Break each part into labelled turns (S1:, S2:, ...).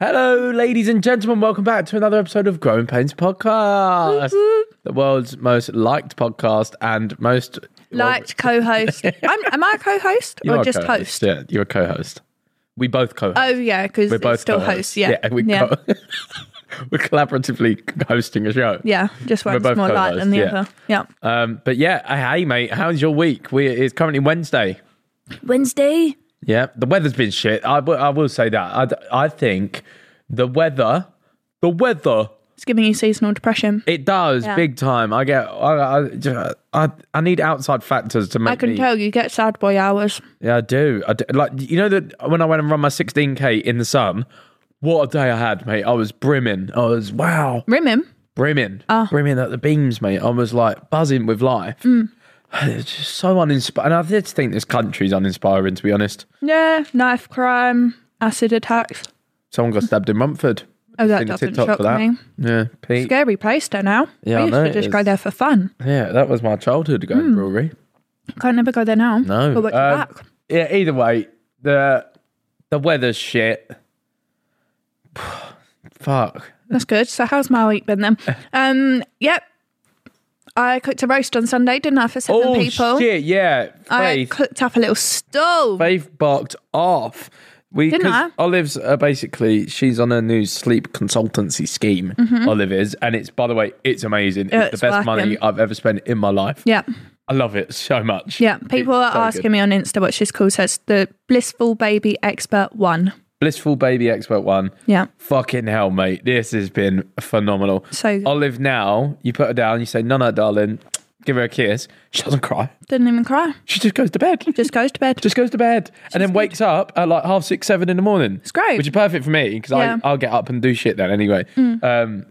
S1: Hello, ladies and gentlemen. Welcome back to another episode of Growing Pains Podcast, the world's most liked podcast and most well,
S2: liked co-host. I'm, am I a co-host
S1: you are
S2: or
S1: a
S2: just
S1: co-host.
S2: host?
S1: Yeah, you're a co-host. We both co-host.
S2: Oh yeah, because
S1: we're
S2: it's
S1: both
S2: still
S1: co-hosts.
S2: host. Yeah,
S1: we
S2: yeah.
S1: Co- we're collaboratively hosting a show.
S2: Yeah, just
S1: We're
S2: one's
S1: both
S2: more light than the
S1: co-hosts, yeah.
S2: other. Yeah.
S1: Um, but yeah, uh, hey mate, how's your week? We it's currently Wednesday.
S3: Wednesday.
S1: Yeah, the weather's been shit. I will- I will say that. I d- I think the weather, the weather
S2: It's giving you seasonal depression.
S1: It does
S2: Yeah.
S1: big time. I get I, I just- I I need outside factors to make
S2: I can
S1: me-
S2: tell you get sad boy hours.
S1: Yeah, I do. I do. Like you know that when I went and run my 16k in the sun, what a day I had, mate. I was brimming. I was wow,
S2: Rim him.
S1: brimming,
S2: Ah.
S1: brimming at the beams, mate. I was like buzzing with life.
S2: Mm.
S1: It's just so uninspiring. And I did think this country's uninspiring, to be honest.
S2: Yeah, knife crime, acid attacks.
S1: Someone got stabbed in Mumford.
S2: Oh, that
S1: Seen a
S2: doesn't
S1: TikTok
S2: shock
S1: for that.
S2: me.
S1: Yeah, Pete.
S2: Scary place there now.
S1: Yeah, I
S2: I used
S1: know
S2: to
S1: it
S2: just go
S1: is.
S2: there for fun.
S1: Yeah, that was my childhood
S2: Mm.
S1: going brewery.
S2: Can't never go there now.
S1: No.
S2: But what's
S1: Um,
S2: back?
S1: Yeah, either way, the the weather's shit. Fuck.
S2: That's good. So how's my week been then? Um, yep. I cooked a roast on Sunday, didn't I, for seven
S1: Oh
S2: people?
S1: shit, yeah.
S2: I
S1: Faith.
S2: cooked up a little stove.
S1: Faith barked off. We
S2: Didn't
S1: 'cause
S2: I?
S1: Olive's uh, basically she's on a new sleep consultancy scheme. Olive is, and it's by the way, it's amazing. It's,
S2: Mm-hmm. It's
S1: the best money
S2: working.
S1: I've ever spent in my life.
S2: Yeah.
S1: I love it so much.
S2: Yeah, people
S1: It's so
S2: are
S1: good.
S2: asking me on Insta what she's called. So it's the Blissful Baby Expert One.
S1: Blissful baby expert one.
S2: Yeah.
S1: Fucking hell, mate. This has been phenomenal.
S2: So good.
S1: Olive now, you put her down, you say, No, no, darling, give her a kiss. She doesn't cry.
S2: Didn't even cry.
S1: She just goes to bed.
S2: Just goes to bed.
S1: Just goes to bed. and then wakes up at like half six, seven in the morning. It's
S2: great.
S1: Which is perfect for me because
S2: Yeah. Mm.
S1: I'll get up and do shit then anyway. Um,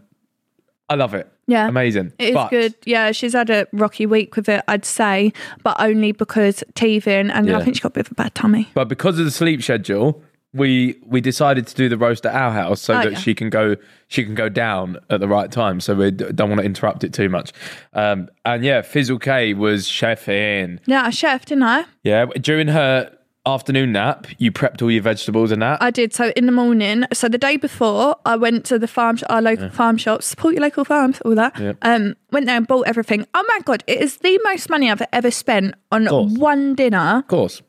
S1: I love it.
S2: Yeah.
S1: Amazing.
S2: It is
S1: But-
S2: good. Yeah, she's had a rocky week with it, I'd say, but only because teething and
S1: Yeah.
S2: I think she got a bit of a bad tummy.
S1: But because of the sleep schedule, we we decided to do the roast at our house so
S2: Oh,
S1: that
S2: yeah.
S1: she can go she can go down at the right time. So we d- don't want to interrupt it too much. Um, and yeah, Fizzle K was chefing.
S2: Yeah, I chef, didn't I?
S1: Yeah, during her afternoon nap, you prepped all your vegetables and that.
S2: I did. So in the morning, so the day before, I went to the farm, sh- our local farm shop, support your local farms, all that. Um, went there and bought everything. Oh my god, it is the most money I've ever spent on
S1: course.
S2: one dinner
S1: of course,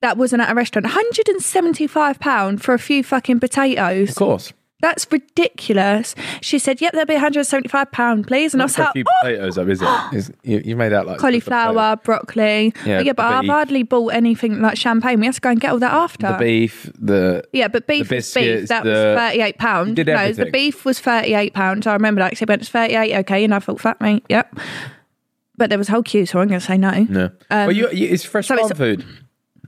S2: that wasn't at a restaurant. One hundred and seventy-five pound for a few fucking potatoes.
S1: of course.
S2: That's ridiculous. She said, "Yep, there'll be one hundred and seventy-five pound, please." And I was
S1: It's a
S2: like,
S1: few
S2: "Oh,
S1: potatoes, though, is it? Is, you, you made out like
S2: cauliflower, broccoli." But
S1: Yeah,
S2: Yeah,
S1: the
S2: but I've
S1: beef.
S2: hardly bought anything like champagne. We have to go and get all that after.
S1: the beef, the
S2: Yeah, but beef was
S1: biscuits,
S2: beef. That
S1: the-
S2: was thirty-eight pound.
S1: did
S2: No, the
S1: everything.
S2: beef was thirty-eight pounds. I remember that 'cause it went to thirty-eight. Okay, and I thought, fat mate, yep. But there was a whole queue, so I'm going to say no.
S1: no. well, you, you, it's fresh
S2: um, so
S1: farm
S2: it's-
S1: food.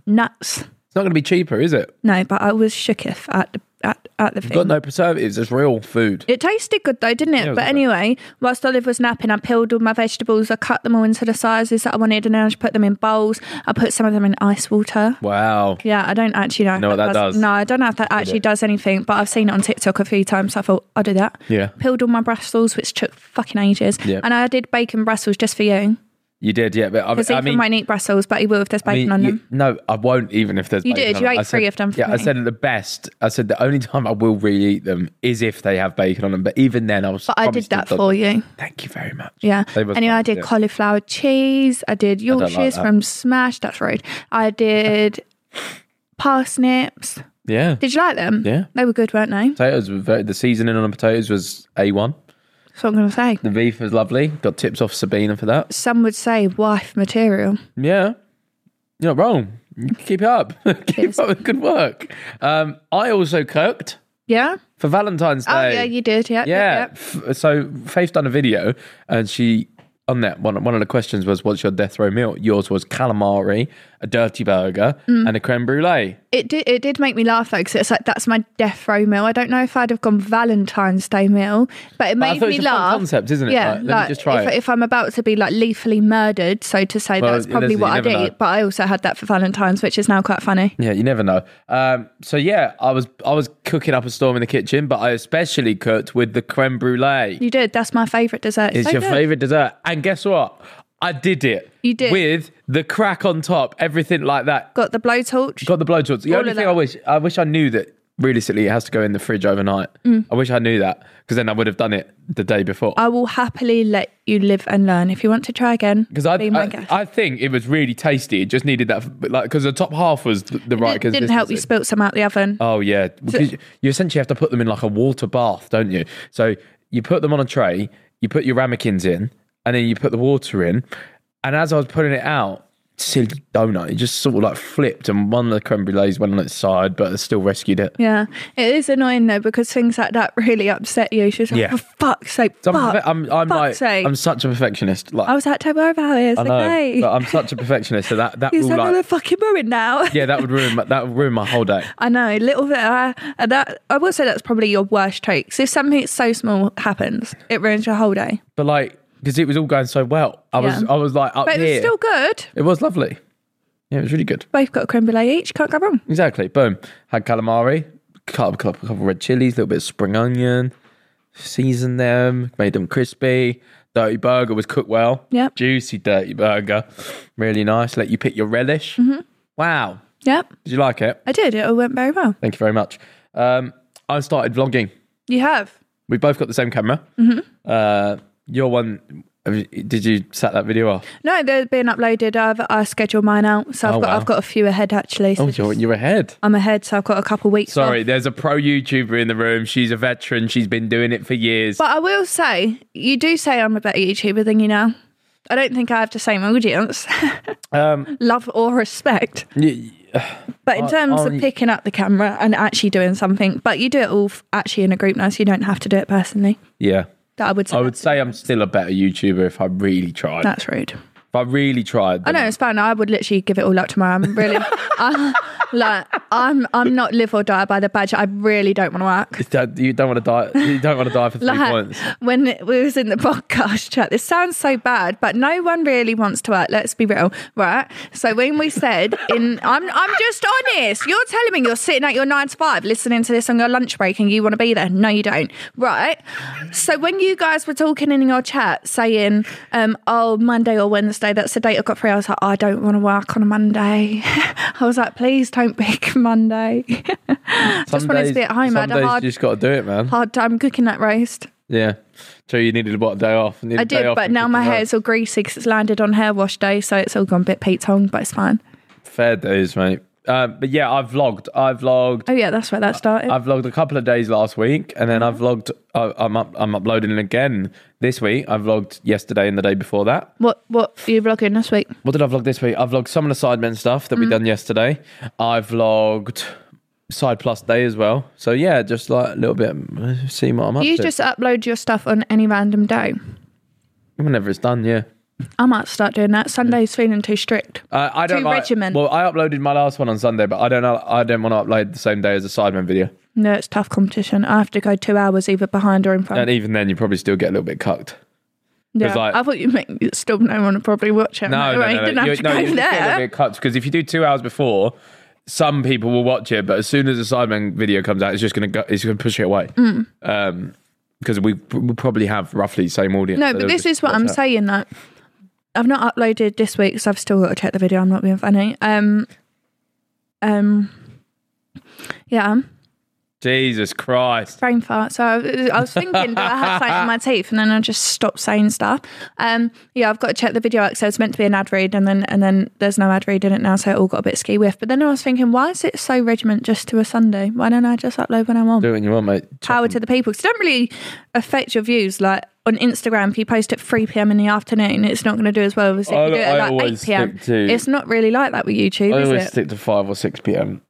S2: Nuts.
S1: It's not going to be cheaper, is it?
S2: No, but I was shooketh at the at, at the thing.
S1: Got no preservatives. It's real food.
S2: It tasted good though, didn't it?
S1: it was
S2: but
S1: not bad.
S2: anyway, whilst Olive was napping, I peeled all my vegetables. I cut them all into the sizes that I wanted, and then I just put them in bowls. I put some of them in ice water.
S1: Wow.
S2: Yeah, I don't actually know. if
S1: know what that does?
S2: No, I don't know if that actually does anything, but I've seen it on TikTok a few times. So I thought I'll do that.
S1: Yeah.
S2: Peeled all my Brussels, which took fucking ages.
S1: Yeah.
S2: And I did bacon Brussels just for you.
S1: You did, yeah. But
S2: Because
S1: I, I
S2: Ethan
S1: mean,
S2: won't eat Brussels, but he will if there's
S1: I mean,
S2: bacon on
S1: you-
S2: them.
S1: no, I won't. Even if there's
S2: You
S1: bacon
S2: did,
S1: on
S2: you
S1: them. I
S2: ate three
S1: said-
S2: of them for
S1: yeah, I
S2: me.
S1: said at the best. I said the only time I will really eat them is if they have bacon on them. But even then, I was.
S2: But I did
S1: promised
S2: that
S1: them-
S2: for you.
S1: Thank you very much.
S2: Yeah.
S1: They was
S2: Anyway, I
S1: nice,
S2: did
S1: yeah.
S2: cauliflower cheese. I did
S1: like
S2: Yorkshire's
S1: that.
S2: from Smash. That's right. I did parsnips.
S1: Yeah.
S2: Did you like them?
S1: Yeah.
S2: They were good, weren't they?
S1: Potatoes were very, the seasoning on the potatoes was a one.
S2: That's what I'm going to say.
S1: The beef was lovely. Got tips off Sabina for that.
S2: Some would say wife material.
S1: Yeah. You're not wrong. Keep it up. Keep up with good work. Um, I also cooked
S2: Yeah?
S1: for Valentine's Day.
S2: Oh, yeah, you did. Yeah.
S1: yeah. F- so Faith done a video, and she on that one. One of the questions was, "What's your death row meal?" Yours was calamari a dirty burger,
S2: Mm.
S1: and a creme brulee.
S2: It did. It did make me laugh though, because it's like that's my death row meal. I don't know if I'd have gone Valentine's Day meal, but it
S1: But I
S2: made
S1: thought
S2: me
S1: it's a fun
S2: laugh.
S1: concept, isn't it?
S2: Yeah,
S1: Like, let me just try
S2: if,
S1: it.
S2: if I'm about to be like lethally murdered, so to say,
S1: Well,
S2: that's
S1: it
S2: probably
S1: doesn't-
S2: what
S1: you
S2: I'd
S1: never know.
S2: eat. But I also had that for Valentine's, which is now quite funny.
S1: Yeah, you never know. Um, so yeah, I was I was cooking up a storm in the kitchen, but I especially cooked with the creme brulee.
S2: You did. That's my favourite dessert.
S1: It's
S2: so
S1: your
S2: good.
S1: favorite dessert. And guess what? I did it.
S2: You did.
S1: With the crack on top, everything like that.
S2: Got the blowtorch.
S1: Got the blowtorch. The
S2: All
S1: only
S2: of
S1: thing
S2: that.
S1: I wish, I wish I knew that realistically it has to go in the fridge overnight.
S2: Mm.
S1: I wish I knew that because then I would have done it the day before.
S2: I will happily let you live and learn. If you want to try again,
S1: Because I,
S2: be my
S1: I,
S2: guest.
S1: I think it was really tasty. It just needed that, f- like, because the top half was the, the right.
S2: It didn't help you
S1: consistency.
S2: spilt some out the oven.
S1: Oh yeah, because you essentially have to put them in like a water bath, don't you? So you put them on a tray, you put your ramekins in, and then you put the water in. And as I was putting it out, silly donut, it just sort of like flipped, and one of the creme brulees went on its side, but I still rescued it.
S2: Yeah, it is annoying though because things like that really upset you. She's like,
S1: Yeah.
S2: for fuck's sake,
S1: So I'm,
S2: fuck,
S1: perfe- I'm, I'm
S2: fuck's
S1: like,
S2: sake.
S1: I'm such a perfectionist. Like
S2: I was like, don't worry about it. It's
S1: I know,
S2: okay.
S1: but I'm such a perfectionist. So that that
S2: He's
S1: will
S2: like, I'm
S1: like,
S2: fucking ruined now.
S1: yeah, that would ruin my, that would ruin my whole day.
S2: I know, little bit. Uh, and that I would say that's probably your worst trait. 'Cause if something so small happens, it ruins your whole day.
S1: But like, because it was all going so well, I was
S2: Yeah.
S1: I was like up
S2: But it was
S1: here.
S2: still good.
S1: it was lovely. Yeah, it was really good.
S2: Both got a creme brulee each. Can't go wrong.
S1: Exactly. Boom. Had calamari, cut up a couple, couple red chilies, a little bit of spring onion, seasoned them, made them crispy. Dirty burger was cooked well.
S2: Yep.
S1: Juicy dirty burger. Really nice. Let you pick your relish. Mm-hmm. Wow.
S2: Yep,
S1: Did you like it?
S2: I did. It all went very well.
S1: Thank you very much. Um, I started vlogging.
S2: You have.
S1: We both got the same camera. Mm-hmm. Uh, your one, have you- did you set that video off?
S2: No, they're being uploaded. I've I scheduled mine out, so I've
S1: Oh,
S2: got
S1: wow.
S2: I've got a few ahead actually. So
S1: Oh,
S2: just-
S1: you're, you're ahead.
S2: I'm ahead, so I've got a couple weeks. off.
S1: Sorry, there's a pro YouTuber in the room. She's a veteran. She's been doing it for years.
S2: But I will say, you do say I'm a better YouTuber than you now. I don't think I have the same audience,
S1: Um,
S2: love or respect.
S1: y-
S2: But in terms
S1: oh,
S2: of picking up the camera and actually doing something, but you do it all f- actually in a group now, so you don't have to do it personally.
S1: yeah.
S2: That I would say.
S1: I would say I'm still a better YouTuber if I really tried.
S2: that's rude.
S1: If I really tried,
S2: I
S1: then
S2: know it's fine. I would literally give it all up tomorrow. I'm really, I, like, I'm, I'm not live or die by the badge. I really don't want to work.
S1: it's that- you don't want to die. You don't want to die for three
S2: Like
S1: points.
S2: when it- we was in the podcast chat, this sounds so bad, but no one really wants to work. Let's be real, right? So when we said in, I'm I'm just honest. You're telling me you're sitting at your nine to five, listening to this on your lunch break, and you want to be there. No, you don't, right? So when you guys were talking in your chat, saying, um, "Oh, Monday or Wednesday, that's the date I've got free," I was like, "I don't want to work on a Monday." I was like, "Please don't pick Monday."
S1: Some
S2: wanted to be at home. I
S1: Some
S2: had a
S1: days
S2: hard-
S1: you just got to do it, man.
S2: Hard time cooking that roast.
S1: Yeah. So you needed what a day off?
S2: I did, but now my hair's all greasy because it's landed on hair wash day, so it's all gone a bit Pete Tong, but it's fine.
S1: fair days, mate. Um, but yeah, I vlogged. I vlogged.
S2: Oh yeah, that's where that started.
S1: I vlogged a couple of days last week, and then I
S2: Mm-hmm.
S1: vlogged. I, I'm up, I'm uploading again this week. I vlogged yesterday and the day before that.
S2: what what are you vlogging this week?
S1: What did I vlog this week? I vlogged some of the Sidemen stuff that we
S2: Mm-hmm.
S1: done yesterday. I vlogged Side Plus Day as well. So yeah, just like a little bit, uh, see what I'm up
S2: You
S1: to.
S2: just upload your stuff on any random day.
S1: Whenever it's done, yeah.
S2: I might start doing that. Sunday's feeling too strict.
S1: Uh, I don't
S2: Too
S1: like-
S2: regimen.
S1: Well, I uploaded my last one on Sunday, but I don't. know- I don't want to upload the same day as a Sidemen video.
S2: No, it's tough competition. I have to go two hours either behind or in front.
S1: And even then, you probably still get a little bit cucked.
S2: yeah,
S1: 'cause, like-
S2: I thought you meant you still no one would probably watch it.
S1: No, no,
S2: you
S1: no,
S2: didn't
S1: no.
S2: have
S1: You,
S2: to
S1: no,
S2: go
S1: you get a little
S2: there.
S1: bit cucked because if you do two hours before, some people will watch it, but as soon as the Sidemen video comes out, it's just gonna go. It's gonna push it away.
S2: Mm.
S1: Um, because we will probably have roughly the same audience.
S2: No,
S1: so
S2: but
S1: they'll
S2: this
S1: just
S2: is what
S1: watch
S2: I'm
S1: that.
S2: saying that I've not uploaded this week, so I've still got to check the video. I'm not being funny. Um, um, yeah.
S1: Jesus Christ.
S2: brain fart. So I was, I was thinking, do I have something in my teeth? And then I just stopped saying stuff. Um, yeah, I've got to check the video out. So it's meant to be an ad read, and then and then there's no ad read in it now, so it all got a bit ski whiff. But then I was thinking, why is it so regiment just to a Sunday? Why don't I just upload when I want?
S1: Do what you want, mate.
S2: Power to the people. 'Cause it don't really affect your views. Like on Instagram, if you post at 3 p.m. in the afternoon, it's not going to do as well as if
S1: I-
S2: you do it
S1: I
S2: at like
S1: always
S2: 8 p.m.
S1: stick to-
S2: It's not really like that with YouTube,
S1: I always
S2: is it? Mm.
S1: stick to five or six PM.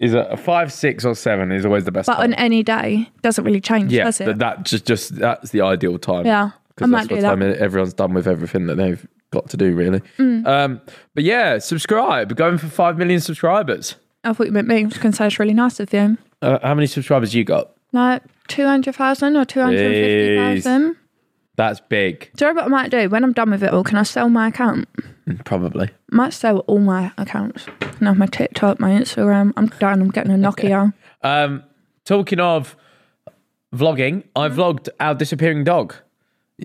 S1: Is a five, six, or seven is always the best.
S2: but
S1: time.
S2: on any day, doesn't really change,
S1: yeah,
S2: does it?
S1: but that just just that's the ideal time.
S2: Yeah, I
S1: because
S2: might
S1: that's
S2: do
S1: what
S2: that. Mm.
S1: time everyone's done with everything that they've got to do, really. Um, but yeah, subscribe. Going for 5 million subscribers.
S2: I thought you meant me. I was going to say it's really nice of you.
S1: Uh, how many subscribers you got?
S2: No, 200,000 or 250,000.
S1: That's big,
S2: Do you know what I might do? When I'm done with it all, can I sell my account?
S1: probably.
S2: might sell all my accounts. Can I have my TikTok, my Instagram. I'm done. I'm getting a Nokia.
S1: Um, talking of vlogging, I vlogged our disappearing dog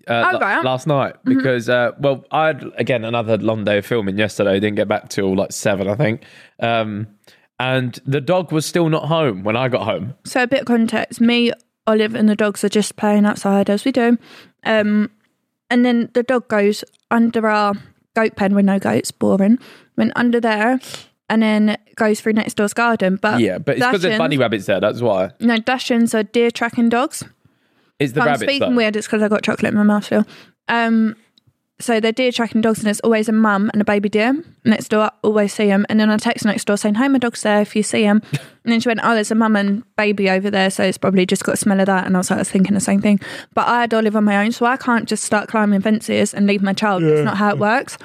S1: uh,
S2: Mm-hmm. Oh, right.
S1: last night because, uh, well, I had again another long day of filming yesterday. Didn't get back till like seven, I think. Um, and the dog was still not home when I got home.
S2: So a bit of context. Me, Olive, and the dogs are just playing outside as we do. Um, and then the dog goes under our goat pen with no goats, boring. Went under there and then goes through next door's garden. But
S1: Yeah, but it's because there's
S2: Dachshunds-
S1: bunny rabbits there. That's why
S2: No, Dachshunds are deer tracking dogs.
S1: it's the
S2: If I'm
S1: rabbits.
S2: speaking
S1: though.
S2: weird. It's because I got chocolate in my mouth still. Um, so they're deer tracking dogs, and it's always a mum and a baby deer next door. I always see them, and then I text next door saying, "Hey, my dog's there. If you see him." And then she went, "Oh, there's a mum and baby over there, so it's probably just got a smell of that." And I was like, "I was thinking the same thing." But I had Olive on my own, so I can't just start climbing fences and leave my child. That's not how it works.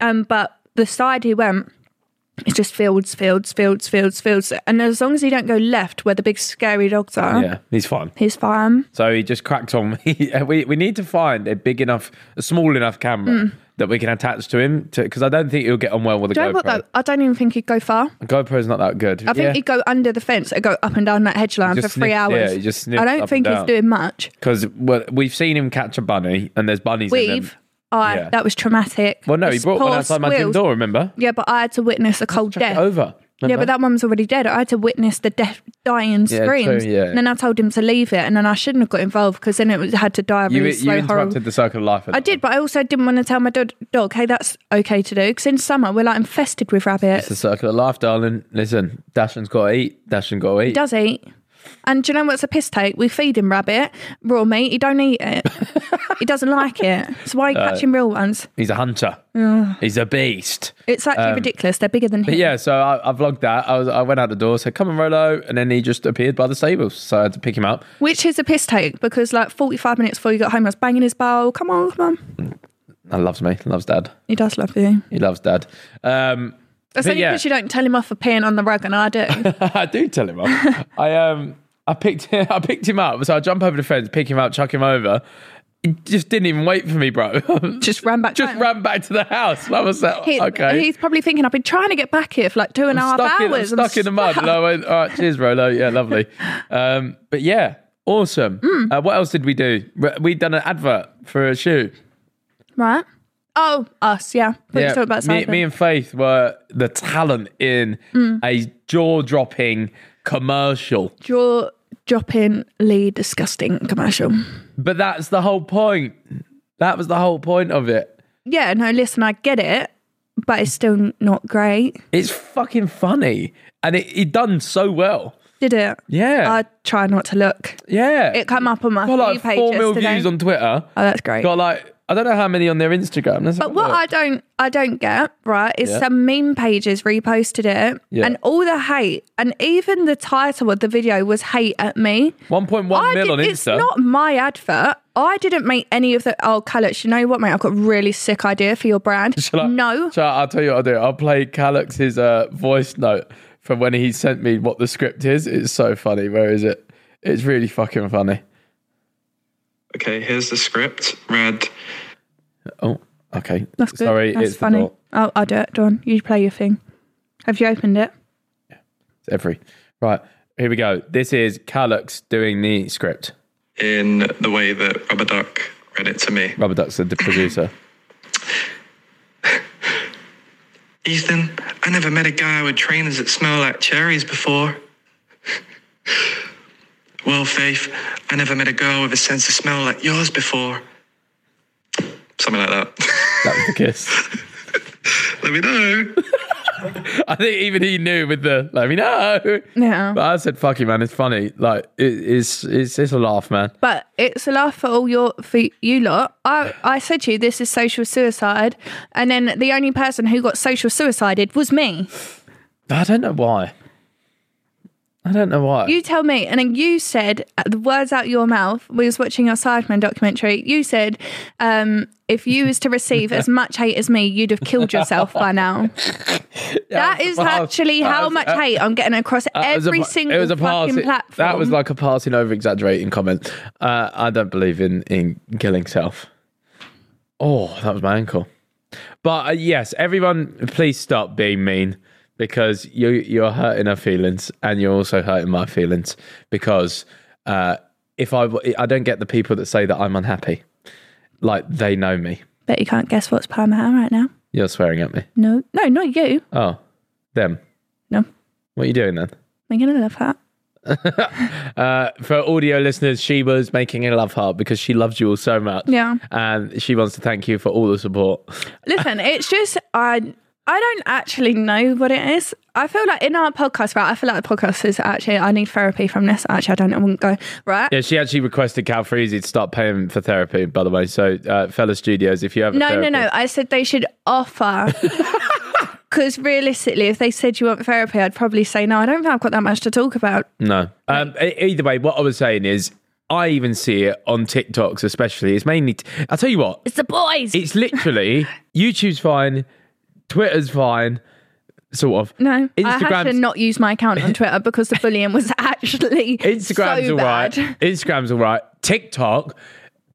S2: Um, but the side he went. It's just fields, fields, fields, fields, fields. And as long as he don't go left where the big scary dogs are,
S1: Yeah, he's fine.
S2: he's fine.
S1: So he just cracked on. He- we we need to find a big enough, a small enough camera that we can attach to him because I don't think he'll get on well with a
S2: Hmm. Do you know what
S1: GoPro.
S2: though? I don't even think he'd go far.
S1: GoPro's not that good.
S2: I think he'd go under the fence and go up and down that hedge line
S1: He
S2: for
S1: just
S2: three
S1: sniffed-
S2: hours.
S1: yeah, he just sniffed
S2: I
S1: up
S2: don't
S1: and
S2: think he's
S1: down.
S2: doing much.
S1: because well, we've seen him catch a bunny and there's bunnies in them.
S2: We've, I
S1: Yeah.
S2: that was traumatic.
S1: Well, no, he
S2: This
S1: brought one
S2: poor
S1: outside my gym
S2: squills.
S1: door. Remember?
S2: Yeah, but I had to witness a cold
S1: Chuck it
S2: death.
S1: over.
S2: Yeah, but that one was already dead. I had to witness the death, dying
S1: Yeah, true,
S2: screams.
S1: yeah.
S2: And then I told him to leave it, and then I shouldn't have got involved because then it was, had to die a
S1: you,
S2: really
S1: you
S2: slow,
S1: interrupted
S2: horrible.
S1: the circle of life.
S2: I did, but I also didn't want to tell my dog, dog hey, that's okay to do because in summer we're like infested with rabbits.
S1: It's the circle of life, darling. Listen, Dashin's got to eat. Dashin got to eat.
S2: does eat. And do you know what's a piss take? We feed him rabbit, raw meat. He don't eat it. he doesn't like it. That's why he
S1: Uh,
S2: catching real ones.
S1: He's a hunter. He's a beast.
S2: It's actually ridiculous. They're bigger than him.
S1: um, But yeah, so I, I vlogged that. I was I went out the door, said, "Come on, Rolo," and then he just appeared by the stables. So I had to pick him up.
S2: Which is a piss take because like 45 minutes before you got home, I was banging his bowl. Come on, come on.
S1: He loves me. Loves dad.
S2: He does love you.
S1: He loves dad. Um,
S2: That's
S1: But
S2: only
S1: yeah.
S2: because you don't tell him off for peeing on the rug, and I do.
S1: I do tell him off. I um I picked I picked him up, so I jump over the fence, pick him up, chuck him over. He just didn't even wait for me, bro.
S2: Just ran back
S1: just
S2: home.
S1: ran back to the house. And I was like,
S2: He-
S1: okay.
S2: He's probably thinking, I've been trying to get back here for like two and a
S1: I'm
S2: half
S1: stuck, in, I'm
S2: hours. I'm
S1: stuck in the mud. And I went, all right, cheers, Rolo. Yeah, lovely. Um, but yeah, awesome.
S2: Mm.
S1: Uh, what else did we do? Re- we done an advert for a shoe.
S2: Right? Oh, us, yeah. But yeah.
S1: Yeah,
S2: talking about
S1: me,
S2: cycling.
S1: me and Faith were the talent in
S2: Mm.
S1: a jaw dropping commercial.
S2: Jaw droppingly disgusting commercial.
S1: But that's the whole point. That was the whole point of it.
S2: yeah, no, listen, I get it, but it's still not great.
S1: It's fucking funny, and it, it done so well.
S2: Did it?
S1: Yeah.
S2: I try not to look.
S1: Yeah,
S2: It came up on my
S1: got like
S2: for you page
S1: four mil
S2: yesterday.
S1: views on Twitter.
S2: Oh, that's great.
S1: Got like I don't know how many on their Instagram. Let's have
S2: But
S1: a
S2: what
S1: look.
S2: I don't I don't get, right, is
S1: Yeah.
S2: some meme pages reposted it
S1: Yeah.
S2: and all the hate and even the title of the video was hate at me.
S1: one point one
S2: I
S1: mil on
S2: did-
S1: Insta.
S2: It's not my advert. I didn't make any of the oh Calix, you know what, mate, I've got a really sick idea for your brand.
S1: Shall I-
S2: no.
S1: shall I, will tell you what I'll do. I'll play Calix's uh, voice note from when he sent me what the script is. It's so funny. Where is it? It's really fucking funny.
S3: Okay, here's the script. Read.
S1: Oh, okay.
S2: That's good.
S1: Sorry,
S2: That's
S1: it's the
S2: funny.
S1: door.
S2: Oh, I'll do it, Dawn. You play your thing. Have you opened it?
S1: It's every right. Here we go. This is Calix doing the script.
S3: in the way that Rubber Duck read it to me.
S1: Rubber Duck said the producer.
S3: Ethan, I never met a guy with trainers that smell like cherries before. well, Faith, I never met a girl with a sense of smell like yours before. Something like that.
S1: that was the kiss.
S3: Let me know.
S1: I think even he knew with the let me know.
S2: No.
S1: But I said, "Fuck you, man. It's funny. Like it, it's it's it's a laugh, man.
S2: But it's a laugh for all your for you lot. I I said to you this is social suicide, and then the only person who got social suicided was me.
S1: I don't know why. I don't know why.
S2: You tell me. And then you said uh, the words out your mouth. We was watching your Sidemen documentary. You said, um, if you was to receive as much hate as me, you'd have killed yourself by now. that is
S1: a pass-
S2: actually
S1: that
S2: how
S1: was-
S2: much
S1: uh,
S2: hate I'm getting across
S1: That Uh, was a
S2: every
S1: pa-
S2: single fucking
S1: passing-
S2: platform.
S1: That was like a passing over exaggerating comment. Uh, I don't believe in in killing self. Oh, that was my ankle. But uh, yes, everyone, please stop being mean because you you're hurting her feelings and you're also hurting my feelings because uh, if I w- I don't get the people that say that I'm unhappy, like they know me.
S2: Bet you can't guess what's Parma Ham right now.
S1: You're swearing at me.
S2: No, no, not you.
S1: Oh, them.
S2: No,
S1: What are you doing then?
S2: I'm gonna love that.
S1: for audio listeners, she was making a love heart because she loves you all so much.
S2: Yeah.
S1: And she wants to thank you for all the support.
S2: Listen, it's just I I don't actually know what it is. I feel like in our podcast, right? I feel like the podcast is actually I need therapy from this. Actually, I don't. I wouldn't go right.
S1: Yeah, she actually requested Cal Freezy to start paying for therapy, by the way. So, uh, fellow studios, if you have a
S2: no, no, no.
S1: therapist-
S2: I said they should offer. Because realistically, if they said you want therapy, I'd probably say no. I don't think I've got that much to talk about.
S1: No. Um, e- either way, what I was saying is, I even see it on TikToks, especially. It's mainly, t- I'll tell you what,
S2: It's the boys.
S1: it's literally YouTube's fine, Twitter's fine, sort of.
S2: no, I had to
S1: Instagram's-
S2: not use my account on Twitter because the bullying was actually
S1: Instagram's
S2: so
S1: all right.
S2: bad.
S1: Instagram's all right. TikTok,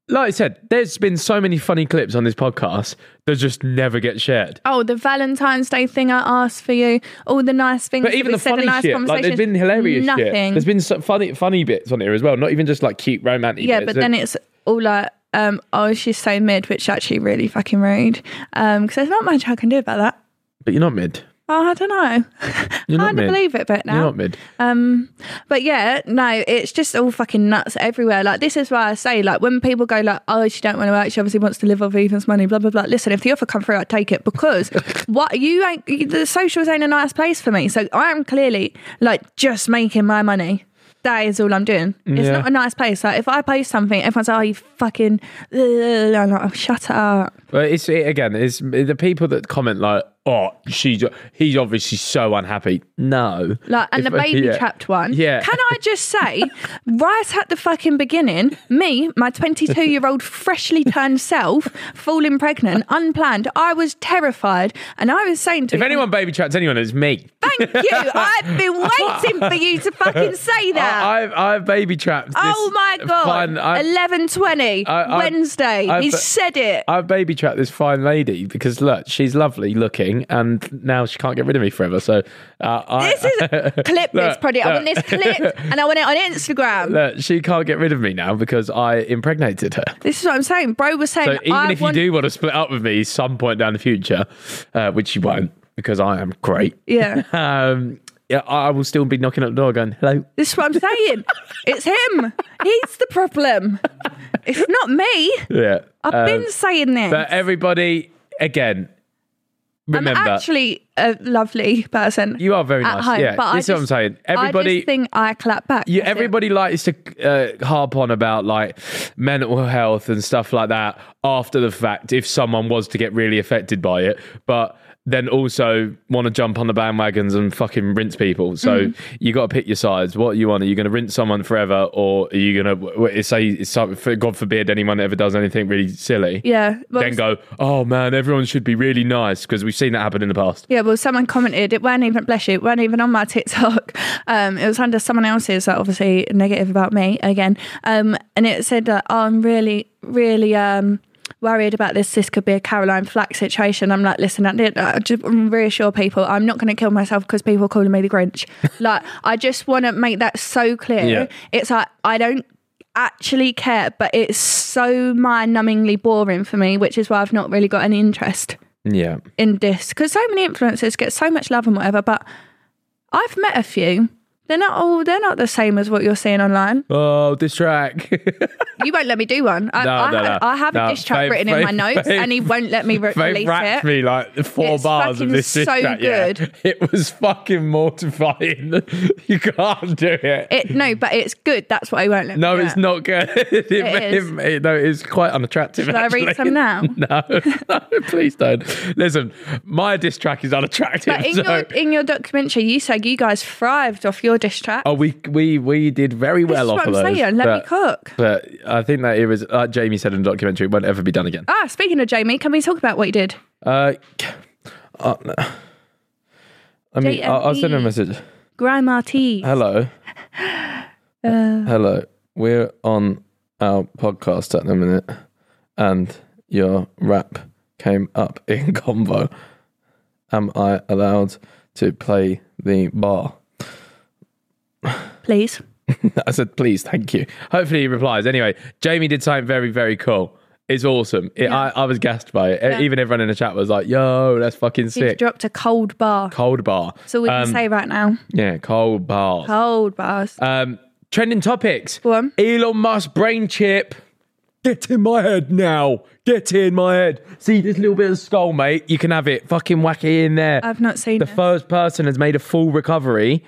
S1: like I said, there's been so many funny clips on this podcast that just never get shared.
S2: Oh, the Valentine's Day thing I asked for you. All the nice things.
S1: But
S2: that
S1: even
S2: we
S1: the
S2: said,
S1: funny
S2: a nice
S1: shit, like there's
S2: conversation.
S1: been hilarious
S2: Nothing.
S1: shit. There's been so funny, funny bits on here as well. Not even just like cute romantic.
S2: yeah,
S1: bits.
S2: but then it's all like, um, oh, she's so mid, which is actually really fucking rude. Um, because there's not much I can do about that.
S1: but you're not mid.
S2: Oh, I don't know.
S1: You're not
S2: Hard
S1: mid.
S2: to believe it, but now.
S1: You're not mid.
S2: But yeah, no, it's just all fucking nuts everywhere. Like this is why I say, like when people go like, oh, she don't want to work, she obviously wants to live off Ethan's money, blah blah blah. Listen, if the offer come through, I'd take it because what you ain't the socials ain't a nice place for me. So I am clearly like just making my money. That is all I'm doing. It's
S1: Yeah.
S2: not a nice place. Like if I post something, everyone's like, oh, you fucking, ugh," and I'm like, oh, shut up.
S1: But it's it, again, it's the people that comment like, "Oh, she's he's obviously so unhappy." No,
S2: Like, and
S1: If-
S2: the baby
S1: yeah.
S2: trapped one.
S1: Yeah.
S2: Can I just say, right at the fucking beginning, me, my 22 year old freshly turned self, falling pregnant, unplanned, I was terrified. And I was saying to
S1: If
S2: him,
S1: anyone baby chats anyone, it's me.
S2: Thank you. I've been waiting for you to fucking say that.
S1: I, I've I've baby trapped. this
S2: oh my God.
S1: fine- I-
S2: 11.20,
S1: I- I-
S2: Wednesday.
S1: I-
S2: he said it.
S1: I've baby trapped this fine lady because look, she's lovely looking, and now she can't get rid of me forever. So uh, I,
S2: this is clip this
S1: Look,
S2: project. I want
S1: look.
S2: this clipped and I want it on Instagram.
S1: look, she can't get rid of me now because I impregnated her.
S2: This is what I'm saying. Bro was saying,
S1: So even
S2: I
S1: if
S2: want
S1: you do want to split up with me some point down the future, uh, which you won't because I am great.
S2: Yeah.
S1: Um, yeah, I I will still be knocking at the door going, hello.
S2: This is what I'm saying. it's him. He's the problem. It's not me.
S1: Yeah.
S2: I've
S1: Um,
S2: been saying this.
S1: But everybody, again,
S2: I'm
S1: remember.
S2: actually a lovely person.
S1: you are very
S2: at
S1: nice.
S2: home,
S1: yeah,
S2: but I
S1: this is what I'm
S2: just-
S1: saying. Everybody,
S2: I just think I clap back.
S1: you,
S2: That's it.
S1: everybody likes to uh, harp on about like mental health and stuff like that after the fact if someone was to get really affected by it but then also want to jump on the bandwagons and fucking rinse people so
S2: Mm-hmm.
S1: you got to pick your sides what you want are you going to rinse someone forever or are you going to say it's something for god forbid anyone ever does anything really silly
S2: Yeah. Well,
S1: then go oh man everyone should be really nice because we've seen that happen in the past
S2: Yeah, well, someone commented, it weren't even, bless you, it weren't even on my TikTok. Um, it was under someone else's, like, obviously negative about me again. Um, and it said, uh, oh, I'm really, really um, worried about this. This could be a Caroline Flack situation. I'm like, listen, I, did, I just reassure people, I'm not going to kill myself because people are calling me the Grinch. like, I just want to make that so clear.
S1: Yeah.
S2: It's like, I don't actually care, but it's so mind numbingly boring for me, which is why I've not really got any interest
S1: yeah
S2: in this because so many influencers get so much love and whatever. But I've met a few. They're not all. They're not the same as what you're seeing online.
S1: oh this track
S2: You won't let me do one. I,
S1: No,
S2: I,
S1: no, no.
S2: ha- I have
S1: No,
S2: a diss track
S1: Faith-
S2: written in my
S1: Faith-
S2: notes,
S1: Faith-
S2: and he won't let me re-
S1: They
S2: release
S1: wrapped
S2: it.
S1: me like the four
S2: It's
S1: bars of
S2: fucking
S1: this diss
S2: so
S1: track, yeah.
S2: good.
S1: It was fucking mortifying. you can't do it.
S2: It no, but it's good. That's what I won't let.
S1: no,
S2: me do.
S1: it's not good. it, ma-
S2: is.
S1: ma- no, it's quite unattractive.
S2: Shall I read
S1: actually.
S2: some now?
S1: No, no, please don't. Listen, my diss track is unattractive.
S2: But in
S1: so-
S2: your in your documentary, you said you guys thrived off your your dish track.
S1: Oh, we we we did very
S2: this
S1: well
S2: is
S1: off
S2: what I'm
S1: of those.
S2: saying. Let
S1: but,
S2: me cook.
S1: But I think that it was, like Jamie said in the documentary, it won't ever be done again.
S2: Ah, speaking of Jamie, can we talk about what you did?
S1: Uh, c- uh, no. I mean, I'll, I'll send her a
S2: JME.
S1: message.
S2: Grandma tea.
S1: Hello. Hello. We're on our podcast at the minute, and your rap came up in combo. Am I allowed to play the bar?
S2: Please.
S1: I said, please, thank you. Hopefully he replies. Anyway, Jamie did something very, very cool. It's awesome. It, I, I was gassed by it. Even everyone in the chat was like, yo, that's fucking
S2: You've
S1: sick.
S2: dropped a cold bar.
S1: Cold bar.
S2: So we can
S1: Um,
S2: say right now.
S1: Yeah, cold bars.
S2: Cold bars.
S1: Um, trending topics.
S2: Go on.
S1: Elon Musk brain chip. Get in my head now. Get in my head. See this little bit of skull, mate. You can have it. Fucking whack it in there.
S2: I've not seen
S1: the
S2: it.
S1: first person has made a full recovery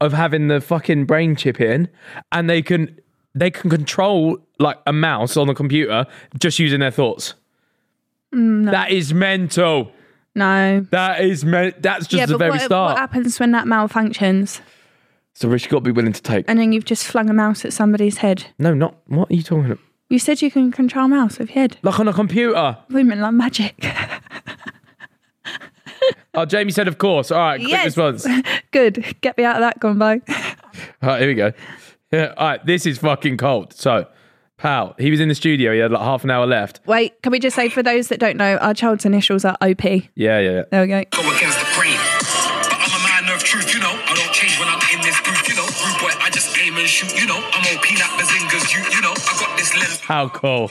S1: of having the fucking brain chip in, and they can they can control like a mouse on the computer just using their thoughts.
S2: Mm,
S1: That is mental.
S2: no.
S1: That is men- that's just
S2: yeah,
S1: the
S2: but
S1: very
S2: what,
S1: start.
S2: what happens when that malfunctions
S1: so Rich got to be willing to take.
S2: and then you've just flung a mouse at somebody's head?
S1: no, not what are you talking about?
S2: You said you can control mouse with your head.
S1: Like on a computer.
S2: Women like magic.
S1: Oh, Jamie said, of course. All right, quick
S2: Yes.
S1: response.
S2: Good. Get me out of that combo.
S1: All right, here we go. Yeah, all right, this is fucking cold. So, pal, he was in the studio. He had like half an hour left.
S2: Wait, can we just say for those that don't know, our child's initials are OP. There
S1: Yeah, yeah, yeah.
S2: we go.
S4: go against the grain. But I'm a man of truth, you know. I don't change when I'm in this group, you know. Group boy, I just aim and shoot, you know. I'm on peanut bazingas, you, you know. I got this lens.
S1: How cool.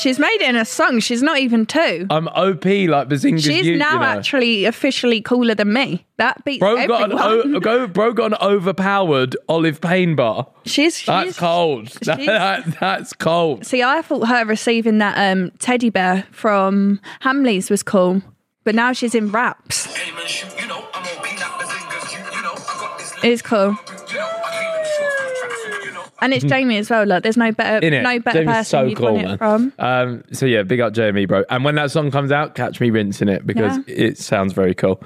S2: She's made it in a song. She's not even two.
S1: I'm OP like Bazinga.
S2: She's
S1: you,
S2: now
S1: you know.
S2: actually officially cooler than me. That beats
S1: Bro got,
S2: everyone.
S1: an o- go, bro got an overpowered olive pain bar.
S2: she's, she's
S1: That's cold. That-
S2: she's-
S1: that- that's cold.
S2: See, I thought her receiving that um, teddy bear from Hamleys was cool, but now she's in raps.
S4: Aim and shoot, you know. I'm on peanut bazingas, you, you know. I got this lens.
S2: It's cool,
S4: You know, I came in short from tracksuit, you know.
S2: and it's Jamie as well. Look, there's no better,
S1: Hmm. Innit?
S2: no better
S1: Jamie's
S2: person
S1: so
S2: you'd
S1: cool,
S2: want
S1: man.
S2: it from.
S1: Um, so yeah, big up Jamie, bro. And when that song comes out, catch me rinsing it because it sounds very cool.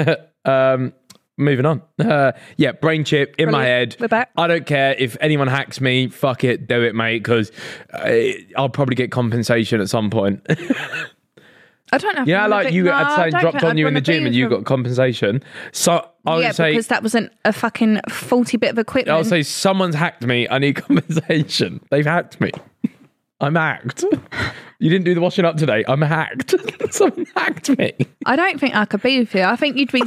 S1: um, moving on. Uh, yeah, brain chip in my
S2: Brilliant.
S1: head.
S2: We're back.
S1: I don't care if anyone hacks me. Fuck it, do it, mate. Because I'll probably get compensation at some point.
S2: I don't know.
S1: you know, like you had something dropped on you in the gym and you
S2: got.
S1: got compensation. So I would
S2: yeah,
S1: say.
S2: because that wasn't a fucking faulty bit of equipment.
S1: I'll say someone's hacked me. I need compensation. They've hacked me. I'm hacked. You didn't do the washing up today. I'm hacked. Someone hacked me.
S2: I don't think I could be with you. I think you'd be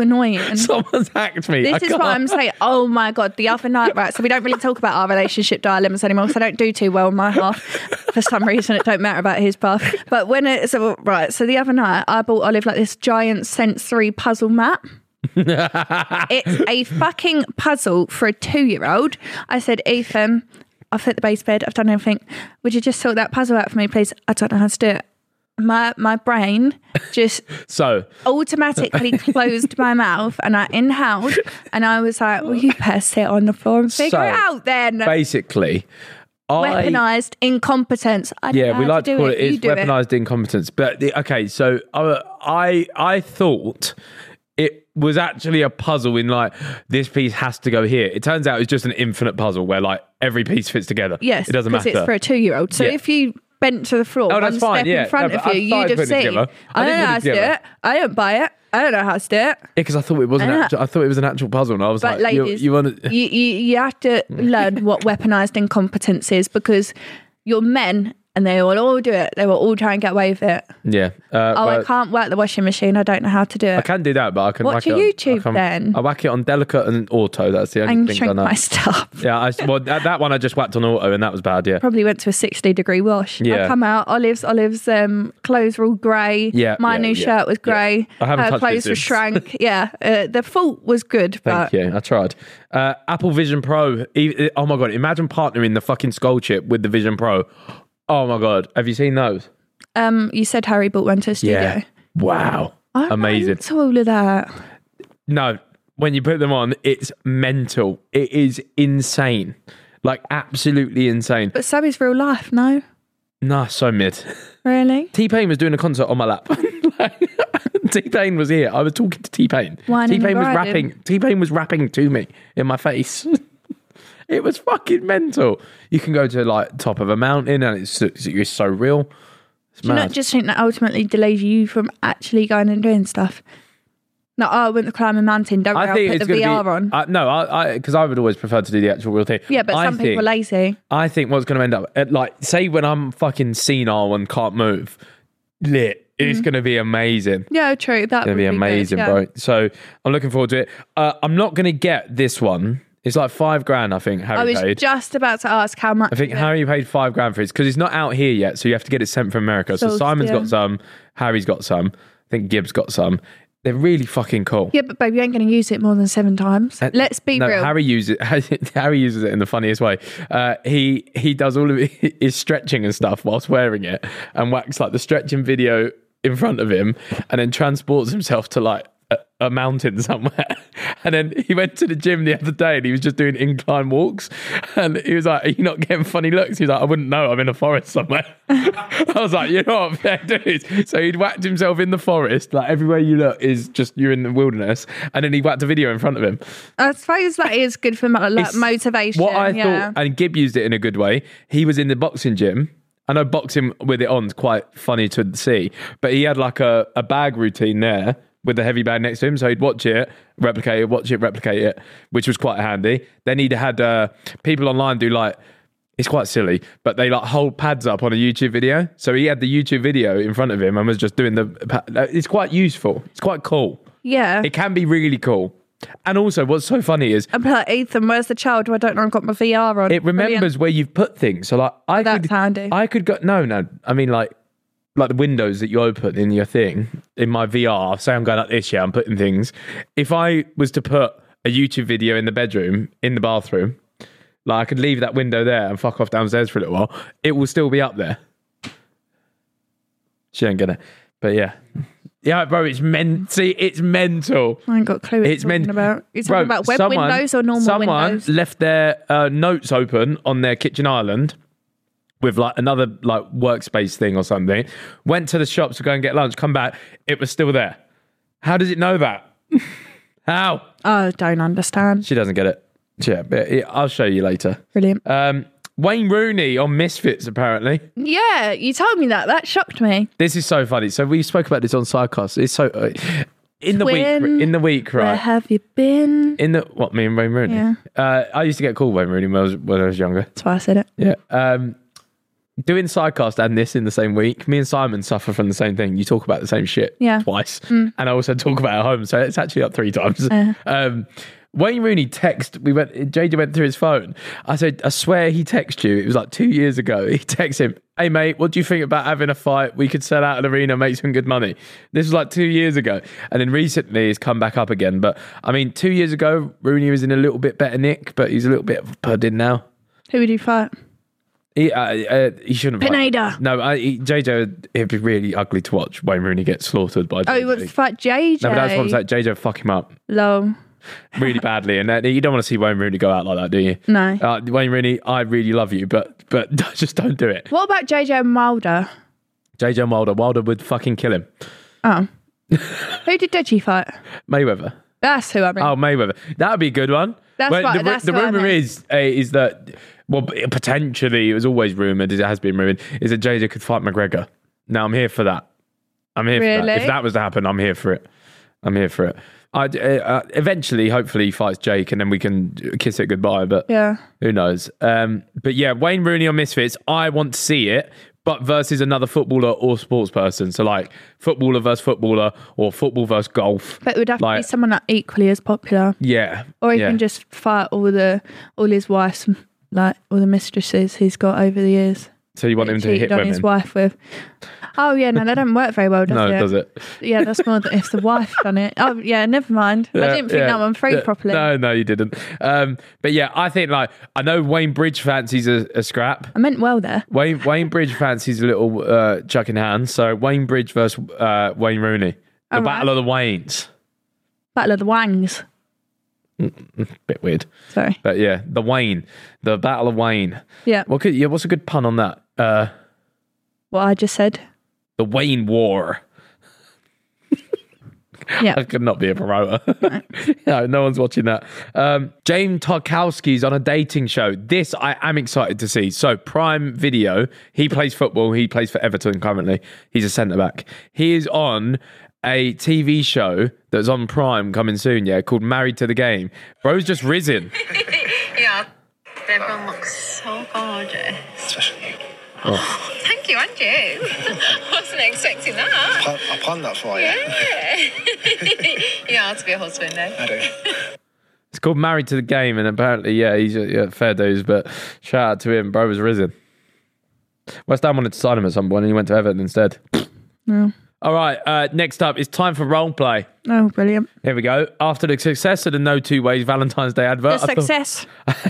S2: annoying.
S1: Someone's hacked me. I
S2: This is
S1: can't-
S2: why I'm saying, oh my God, the other night, right? So we don't really talk about our relationship dilemmas anymore because I don't do too well on my half. For some reason, it don't matter about his part. But when it's, so, right, so the other night, I bought Olive like this giant sensory puzzle map. it's a fucking puzzle for a two year old. I said, Ethan, I've hit the base bed, I've done everything. Would you just sort that puzzle out for me, please? I don't know how to do it. My, my brain just
S1: So
S2: automatically closed my mouth and I inhaled and I was like, well, you better sit on the floor and figure
S1: So,
S2: it out then.
S1: basically, I.
S2: Weaponized incompetence. I don't know
S1: Yeah, we
S2: how
S1: like to
S2: do
S1: call it,
S2: it.
S1: it's
S2: You do it.
S1: weaponized incompetence. But the, okay, so uh, I I thought it was actually a puzzle in like this piece has to go here. It turns out it's just an infinite puzzle where like every piece fits together.
S2: Yes,
S1: it doesn't
S2: because
S1: matter.
S2: it's for a two-year-old. So
S1: Yeah.
S2: if you bent to the floor,
S1: Oh,
S2: one
S1: that's
S2: step
S1: fine, yeah.
S2: in front
S1: No,
S2: of
S1: but I
S2: you,
S1: started
S2: you'd have
S1: putting it
S2: seen.
S1: together. I
S2: I don't
S1: did
S2: know
S1: put
S2: how
S1: it
S2: to do
S1: together.
S2: it. I don't buy it. I don't know how to do it.
S1: Yeah, because I thought it was an
S2: Yeah.
S1: actual, I thought it was an actual puzzle, and I was
S2: But
S1: like, you-
S2: ladies,
S1: you, want to?
S2: you, you you have to learn what weaponized incompetence is because you're men and they will all do it. They will all try and get away with it.
S1: Yeah. Uh,
S2: Oh, I
S1: but
S2: can't work the washing machine. I don't know how to do it.
S1: I can do that, but I can whack
S2: Watch
S1: it on- I
S2: YouTube
S1: can-
S2: then.
S1: I whack it on delicate and auto. That's the only
S2: and
S1: thing I
S2: shrink
S1: know.
S2: my stuff.
S1: Yeah, I, well, that, that one I just whacked on auto, and that was bad. Yeah.
S2: Probably went to a 60 degree wash.
S1: Yeah.
S2: I come out, Olive's Olive's um, clothes were all grey.
S1: Yeah,
S2: My
S1: yeah,
S2: new
S1: yeah,
S2: shirt was
S1: yeah.
S2: grey.
S1: I haven't
S2: Her
S1: touched it
S2: clothes were
S1: since.
S2: shrank. yeah. Uh, the fault was good,
S1: Thank
S2: but
S1: you. I tried. Uh, Apple Vision Pro. e- e- Oh my god! Imagine partnering the fucking skull chip with the Vision Pro. Oh my god! Have you seen those?
S2: um, you said Harry bought one to the studio.
S1: Wow.
S2: I'm not
S1: Amazing.
S2: into all of that.
S1: No, when you put them on, it's mental. It is insane. Like absolutely insane.
S2: But so is real life, no?
S1: Nah, so mid.
S2: Really?
S1: T Pain was doing a concert on my lap. Like, T Pain was here. I was talking to T Pain.
S2: Whining
S1: T
S2: and
S1: Pain was
S2: grinding.
S1: rapping. T Pain was rapping to me in my face. it was fucking mental. You can go to like top of a mountain and it's it's, it's so real. It's
S2: Do you
S1: mad.
S2: not just think that ultimately delays you from actually going and doing stuff? No, oh, I went to climb a mountain. Don't worry,
S1: I
S2: I'll
S1: think
S2: put
S1: it's
S2: the
S1: going to be.
S2: VR on.
S1: I- no, I because I, would always prefer to do the actual real thing.
S2: yeah, but
S1: I
S2: some people
S1: think-
S2: are lazy.
S1: I think what's going to end up at like say when I'm fucking senile and can't move, lit.
S2: Mm-hmm.
S1: It's going to be amazing.
S2: Yeah, true.
S1: It's
S2: That would
S1: going to be amazing,
S2: good, yeah.
S1: bro. So I'm looking forward to it. Uh, I'm not going to get this one. It's like five grand, I think.
S2: I
S1: Harry
S2: was
S1: paid.
S2: Oh, just about to ask how much.
S1: I think Harry paid five grand for it because it's not out here yet, so you have to get it sent from America. So,
S2: So,
S1: Simon's
S2: yeah.
S1: got some, Harry's got some, I think Gibbs got some. They're really fucking cool.
S2: Yeah, but babe, you ain't going to use it more than seven times.
S1: Uh,
S2: Let's be
S1: no,
S2: real.
S1: Harry uses Harry uses it in the funniest way. Uh, he he does all of his stretching and stuff whilst wearing it, and whacks like the stretching video in front of him, and then transports himself to like. A, a mountain somewhere, and then he went to the gym the other day, and he was just doing incline walks, and he was like, "Are you not getting funny looks?" He's like, "I wouldn't know. I'm in a forest somewhere." I was like, "You know what, fair dude." So he'd whacked himself in the forest. Like everywhere you look is just you're in the wilderness, and then he whacked a video in front of him.
S2: I suppose that is good for mo- like
S1: It's
S2: motivation.
S1: What I
S2: yeah.
S1: thought, uh, and Gib used it in a good way. He was in the boxing gym. I know boxing with it on is quite funny to see, but he had like a, a bag routine there with the heavy bag next to him. So he'd watch it, replicate it, watch it, replicate it, which was quite handy. Then he'd had uh, people online do like, it's quite silly, but they like hold pads up on a YouTube video. So he had the YouTube video in front of him and was just doing the. pa- uh, It's quite useful. It's quite cool.
S2: yeah.
S1: It can be really cool. And also, what's so funny is
S2: I'm like, Ethan, where's the child? Who I don't know. I've got my VR on.
S1: it remembers where you've put things. So like I
S2: that's
S1: could,
S2: handy.
S1: I could go no, no. I mean like like the windows that you open in your thing in my VR. Say I'm going like this, yeah, I'm putting things. If I was to put a YouTube video in the bedroom, in the bathroom, like I could leave that window there and fuck off downstairs for a little while. It will still be up there. She ain't gonna. But yeah. Yeah, bro, it's men see, it's mental.
S2: I ain't got a clue. What
S1: It's
S2: it's
S1: meant
S2: about. It's
S1: Bro,
S2: talking about web
S1: someone-
S2: windows or normal
S1: someone
S2: windows.
S1: left their uh, notes open on their kitchen island with like another like workspace thing or something. Went to the shops to go and get lunch. Come back, it was still there. How does it know that? How?
S2: I Oh, don't understand.
S1: She doesn't get it. Yeah, but it- I'll show you later.
S2: Brilliant.
S1: Um, Wayne Rooney on Misfits apparently.
S2: yeah, you told me that. That shocked me.
S1: This is so funny. So we spoke about this on Sidecast. It's so uh, in the
S2: Twin.
S1: week. In the week,
S2: Where
S1: right?
S2: have you been?
S1: in the what? Me and Wayne Rooney.
S2: Yeah.
S1: Uh, I used to get called Wayne Rooney when I was, when I was younger.
S2: That's why I said it.
S1: Yeah. Um, doing sidecast and this in the same week, me and Simon suffer from the same thing. You talk about the same shit
S2: Yeah.
S1: twice, and I also talk about it at home, so it's actually up three times. Um, Wayne Rooney text. We went. JJ went through his phone. I said, "I swear he texted you. It was like two years ago. He texted him, hey mate, what do you think about having a fight? We could sell out an arena, make some good money.' This was like two years ago, and then recently it's come back up again. But I mean, two years ago Rooney was in a little bit better nick, but he's a little bit pudded now.
S2: Who would you fight?
S1: He, uh, uh, he shouldn't. fight.
S2: Pineda.
S1: No, I, he, JJ. It'd be really ugly to watch Wayne Rooney get slaughtered by.
S2: Oh, he wants to fight JJ.
S1: No, but that's what I'm saying. JJ fuck him up
S2: Lol.
S1: really badly, and that, you don't want to see Wayne Rooney go out like that, do you?
S2: No.
S1: Uh, Wayne Rooney, I really love you, but but just don't do it.
S2: What about JJ and Mulder?
S1: JJ and Wilder, Wilder would fucking kill him.
S2: Oh. Who did Deji fight?
S1: Mayweather.
S2: That's who I mean.
S1: Oh, Mayweather. That would be a good one.
S2: That's
S1: Well,
S2: right,
S1: The,
S2: that's
S1: the
S2: what I
S1: rumor
S2: meant.
S1: is uh, is that well p- potentially it was always rumored. It has been rumored is that JJ could fight McGregor. Now I'm here for that. I'm here for that.
S2: Really?
S1: If that was to happen, I'm here for it. I'm here for it. I uh, uh, eventually, hopefully, he fights Jake, and then we can kiss it goodbye. But
S2: Yeah.
S1: who knows? Um, but yeah, Wayne Rooney on Misfits. I want to see it, but versus another footballer or sports person. So like footballer versus footballer, or football versus golf.
S2: But it would have to
S1: Like-
S2: be someone that equally as popular.
S1: Yeah,
S2: Or he
S1: yeah.
S2: can just fight all the all his wives and like all the mistresses he's got over the years.
S1: So you want him to
S2: cheated
S1: hit
S2: on
S1: women?
S2: his wife with. Oh yeah, no, that don't work very well, does
S1: no,
S2: it?
S1: does it?
S2: Yeah, that's more than if the wife done it. Oh yeah, never mind. I
S1: Yeah,
S2: didn't think
S1: yeah,
S2: that one through
S1: yeah.
S2: properly.
S1: No, no, you didn't. Um, but yeah, I think like I know Wayne Bridge fancies a, a scrap.
S2: I meant well there.
S1: Wayne Wayne Bridge fancies a little uh, chucking hands. So Wayne Bridge versus uh, Wayne Rooney, the
S2: All right.
S1: battle of the Waynes.
S2: Battle of the Wangs.
S1: Bit weird,
S2: Sorry.
S1: but yeah, the Wayne, the battle of Wayne.
S2: Yeah. What,
S1: What could, yeah, what's a good pun on that? Uh,
S2: I just said.
S1: the Wayne War.
S2: Yeah.
S1: I could not be a promoter. no, no one's watching that. Um, James Tarkowski's on a dating show. This I am excited to see. So Prime Video. He plays football. He plays for Everton currently. He's a centre back. He is on a TV show that's on Prime coming soon. Yeah, called Married to the Game. Bro's just risen.
S5: yeah. Everyone looks so gorgeous.
S6: Especially you. Oh.
S5: Thank you, and you. Wasn't expecting that.
S6: Plan- I planned that for you.
S5: Yeah. you are to be a husband, eh?
S6: I do.
S1: It's called Married to the Game, and apparently, yeah, he's uh, yeah, fair dues. But shout out to him, bro was risen. West Ham wanted to sign him at some point, and he went to Everton instead. All right, uh, next up, it's time for role play.
S2: Oh, brilliant.
S1: Here we go. After the success of the No Two Ways Valentine's Day advert,
S2: The
S1: I thought-
S2: success.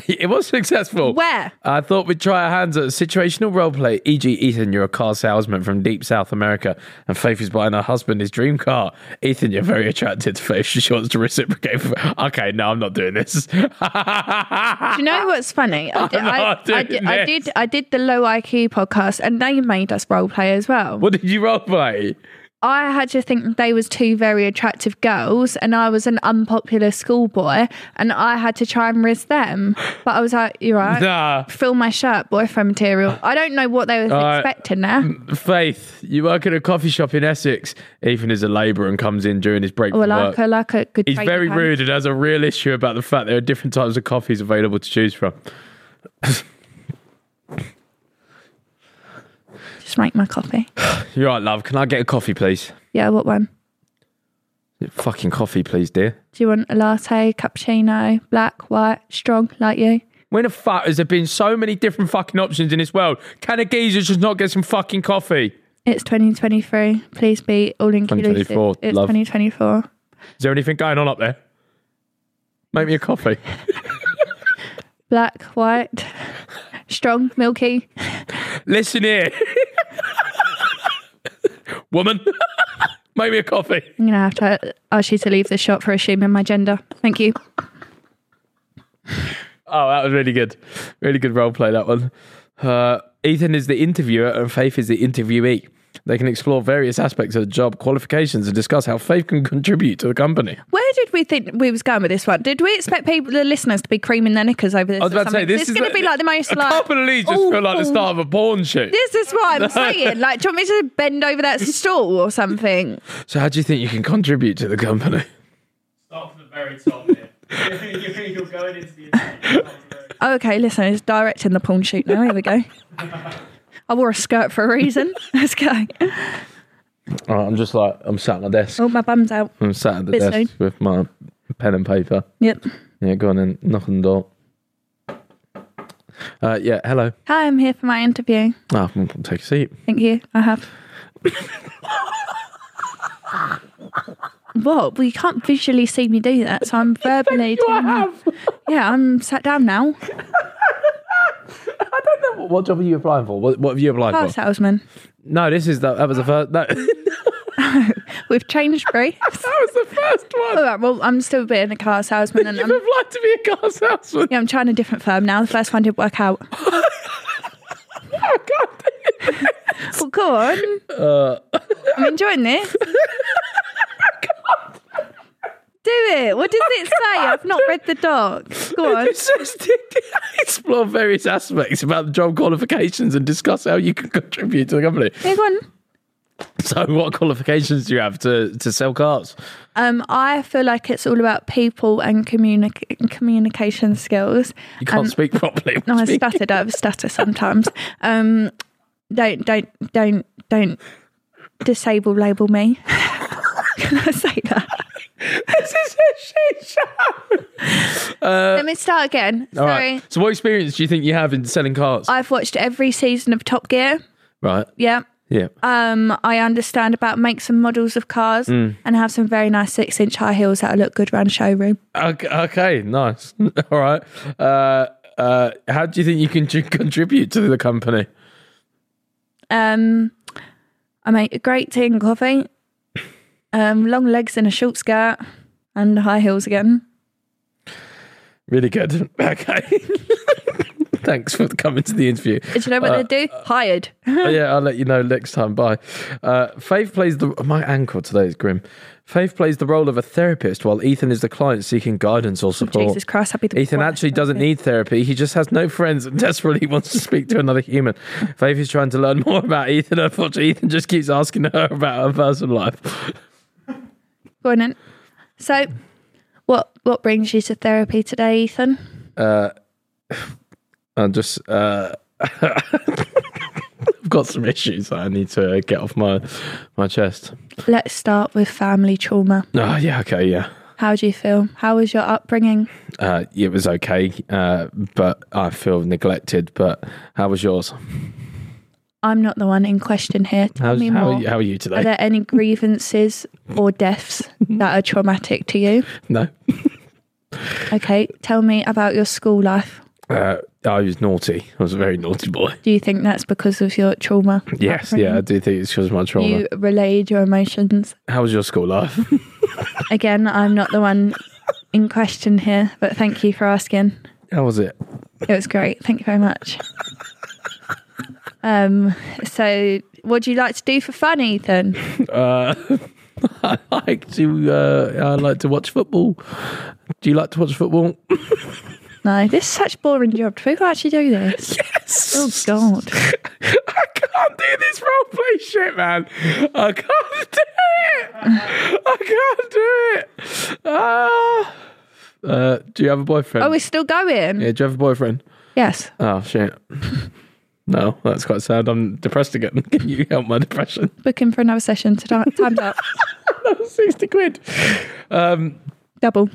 S1: it was successful.
S2: Where?
S1: I thought we'd try our hands at situational role play. E.g., Ethan, you're a car salesman from deep South America, and Faith is buying her husband his dream car. Ethan, you're very attracted to Faith. She wants to reciprocate. For- okay, no, I'm not doing this.
S2: Do you know what's funny? I did, I,
S1: not
S2: I
S1: doing
S2: did, I,
S1: this.
S2: did, I did the low IQ podcast and they made us role play as well.
S1: what did you role play?
S2: I had to think they was two very attractive girls, and I was an unpopular schoolboy, and I had to try and risk them. But I was like, "You're right,
S1: Nah.
S2: fill my shirt, boyfriend material." I don't know what they was
S1: right.
S2: expecting there.
S1: Faith, you work at a coffee shop in Essex. Ethan is a labourer and comes in during his break
S2: Or
S1: from
S2: like
S1: work.
S2: a like a good.
S1: He's
S2: trading
S1: very
S2: hand.
S1: rude and has a real issue about the fact there are different types of coffees available to choose from.
S2: Just make my coffee.
S1: You're right, love. Can I get a coffee, please?
S2: Yeah, what one?
S1: Fucking coffee, please, dear.
S2: Do you want a latte, cappuccino, black, white, strong, like you?
S1: When the fuck has there been so many different fucking options in this world? Can a geezer just not get some fucking coffee?
S2: It's 2023. Please be all inclusive.
S1: 2024,
S2: It's
S1: love.
S2: 2024.
S1: Is there anything going on up there? Make me a coffee.
S2: Black, white, strong, milky.
S1: Listen here. Woman, make me a coffee.
S2: I'm gonna have to ask you to leave the shop for assuming my gender. Thank you.
S1: Oh, that was really good. Really good role play, that one. Uh, Ethan is the interviewer and Faith is the interviewee. They can explore various aspects of the job qualifications and discuss how Faith can contribute to the company.
S2: Where did we think we was going with this one? Did we expect people, the listeners, to be creaming their knickers over this?
S1: I was
S2: or
S1: about to say,
S2: something? 'Cause
S1: this
S2: it's
S1: is
S2: going to be like the most
S1: a
S2: like
S1: couple of leads just feel like the
S2: awful-
S1: start of a porn shoot.
S2: This is what I'm saying. Like, do you want me to bend over that stool or something?
S1: So, how do you think you can contribute to the company?
S7: Start from the very top here. You're- you're going into the
S2: Oh, okay, listen, it's directing the porn shoot now. Here we go. I wore a skirt for a reason. Let's go.
S1: All right, I'm just like I'm sat at my desk.
S2: Oh, my bum's out.
S1: I'm sat at the
S2: bit
S1: desk
S2: soon.
S1: with my pen and paper.
S2: Yep.
S1: Yeah, go on in, knock on the door. Uh, yeah, hello.
S2: Hi, I'm here for my interview.
S1: Ah, mm, take a seat.
S2: Thank you. I have. what? Well, you can't visually see me do that, so I'm verbally. telling you- Yeah, I'm sat down now.
S1: What, what job are you applying for? What, what have you applied
S2: Car
S1: for?
S2: salesman.
S1: No, this is the, that was the first. No, that
S2: We've changed briefs.
S1: was the first
S2: All
S1: one.
S2: right, well, I'm still being a car salesman, and
S1: You've
S2: I'm,
S1: applied to be a car salesman.
S2: yeah, I'm trying a different firm now. The first one didn't work out. well, go on. I'm enjoying this. Do it. What does it say? I've not read the doc. Go on.
S1: It says to explore various aspects about the job qualifications and discuss how you can contribute to the company.
S2: Yeah, go on.
S1: So, what qualifications do you have to, to sell cars?
S2: Um, I feel like it's all about people and communi- communication skills.
S1: You can't speak properly.
S2: No, I
S1: Speak-
S2: stuttered. I have a stutter sometimes. Um, don't, don't, don't, don't disable label me. Can I say that?
S1: This is a shit show. Uh,
S2: Let me start again.
S1: All
S2: Sorry.
S1: right. So, what experience do you think you have in selling cars?
S2: I've watched every season of Top Gear.
S1: right.
S2: Yeah.
S1: Yeah.
S2: Um, I understand about makes and models of cars
S1: Mm.
S2: and have some very nice six inch high heels that'll look good around showroom.
S1: okay, okay, Nice. All right. Uh, uh, how do you think you can ju- contribute to the company?
S2: Um, I make a great tea and coffee. Um, long legs and a short skirt and high heels again.
S1: Really good. Okay. Thanks for coming to the interview.
S2: Do you know what
S1: Uh,
S2: they do? Hired.
S1: Oh, yeah, I'll let you know next time. Bye. Uh, Faith plays the my ankle today is grim. Faith plays the role of a therapist while Ethan is the client seeking guidance or support.
S2: Jesus Christ, I'd be the
S1: Ethan
S2: worst
S1: actually doesn't
S2: therapist.
S1: need therapy. He just has no friends and desperately wants to speak to another human. Faith is trying to learn more about Ethan. Unfortunately, Ethan just keeps asking her about her personal life.
S2: Go on then. So, what what brings you to therapy today, Ethan?
S1: I'm just uh, I've got some issues that I need to uh, get off my my chest.
S2: Let's start with family trauma.
S1: Oh yeah, okay, yeah.
S2: How do you feel? How was your upbringing?
S1: uh, it was okay, uh, but I feel neglected. But how was yours?
S2: I'm not the one in question here. Tell
S1: How's,
S2: me
S1: how,
S2: more.
S1: are you, how are you
S2: Are
S1: today?
S2: there any grievances or deaths that are traumatic to you?
S1: no,
S2: Okay, tell me about your school life.
S1: uh, I was naughty. I was a very naughty boy.
S2: Do you think that's because of your trauma?
S1: Yes, yeah, I do think it's because of my trauma.
S2: You relayed your emotions.
S1: How was your school life?
S2: Again, I'm not the one in question here, but thank you for asking.
S1: how was it?
S2: It was great. Thank you very much. Um, so what do you like to do for fun, Ethan?
S1: Uh, I like to. Uh, I like to watch football. Do you like to watch football?
S2: No, this is such a boring job. Do people actually do this? Oh God.
S1: I can't do this role play shit, man. I can't do it. I can't do it. Ah. Uh, do you have a boyfriend?
S2: Oh, we're still going.
S1: yeah, do you have a boyfriend?
S2: Yes.
S1: Oh shit. No, that's quite sad. I'm depressed again. Can you help my depression?
S2: Booking for another session tonight. Time's up.
S1: Sixty quid. Um,
S2: Double.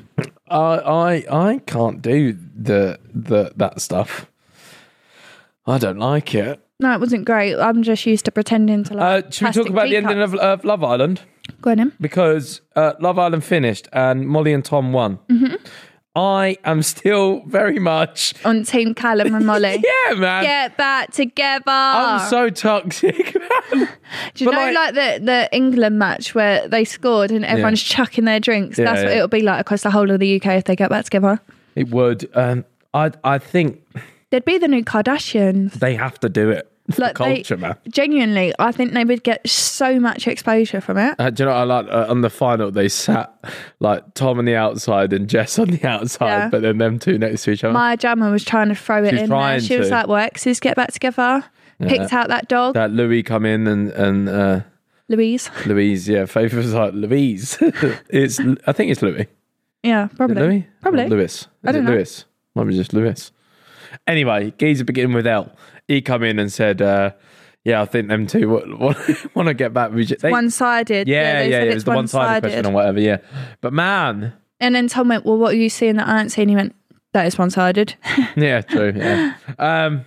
S1: I I I can't do the the that stuff. I don't like it.
S2: No, it wasn't great. I'm just used to pretending to
S1: Uh,
S2: like.
S1: should we talk about the ending of, of Love Island?
S2: Go on in.
S1: because uh, Love Island finished and Molly and Tom won.
S2: Mm-hmm.
S1: I am still very much,
S2: on Team Callum and Molly.
S1: yeah, man.
S2: Get back together.
S1: I'm so toxic. man.
S2: Do you
S1: but
S2: know
S1: like-
S2: like, the, the England match where they scored and everyone's chucking their drinks?
S1: Yeah,
S2: That's what
S1: yeah.
S2: it'll be like across the whole of the UK if they get back together.
S1: it would. Um, I I think
S2: They'd be the new Kardashians.
S1: they have to do it. For
S2: Like, they-
S1: culture, man.
S2: Genuinely, I think they would get so much exposure from it.
S1: Uh, do you know what I like? Uh, on the final, they sat like Tom on the outside and Jess on the outside,
S2: Yeah.
S1: but then them two next to each other.
S2: Maya Jammer was trying to throw it
S1: She's
S2: in
S1: trying
S2: there. She was
S1: to.
S2: like, well, exes get back together. Picked out that dog,
S1: that Louis come in and and uh,
S2: Louise.
S1: Louise, yeah, Faith was like Louise. it's I think it's Louis.
S2: Yeah, probably.
S1: Louis?
S2: Probably.
S1: Or Lewis. Is
S2: I don't
S1: it
S2: know.
S1: Lewis? Might be just Lewis. Anyway, Geezer beginning with L. He come in and said, uh, yeah, I think them two want, want to get back. with each- They,
S2: One sided.
S1: yeah, yeah, yeah. It was the one sided question or whatever, yeah. But man,
S2: And then Tom went, Well, what are you seeing that I aren't seeing? He went, That is one sided.
S1: yeah, true. Yeah. Um,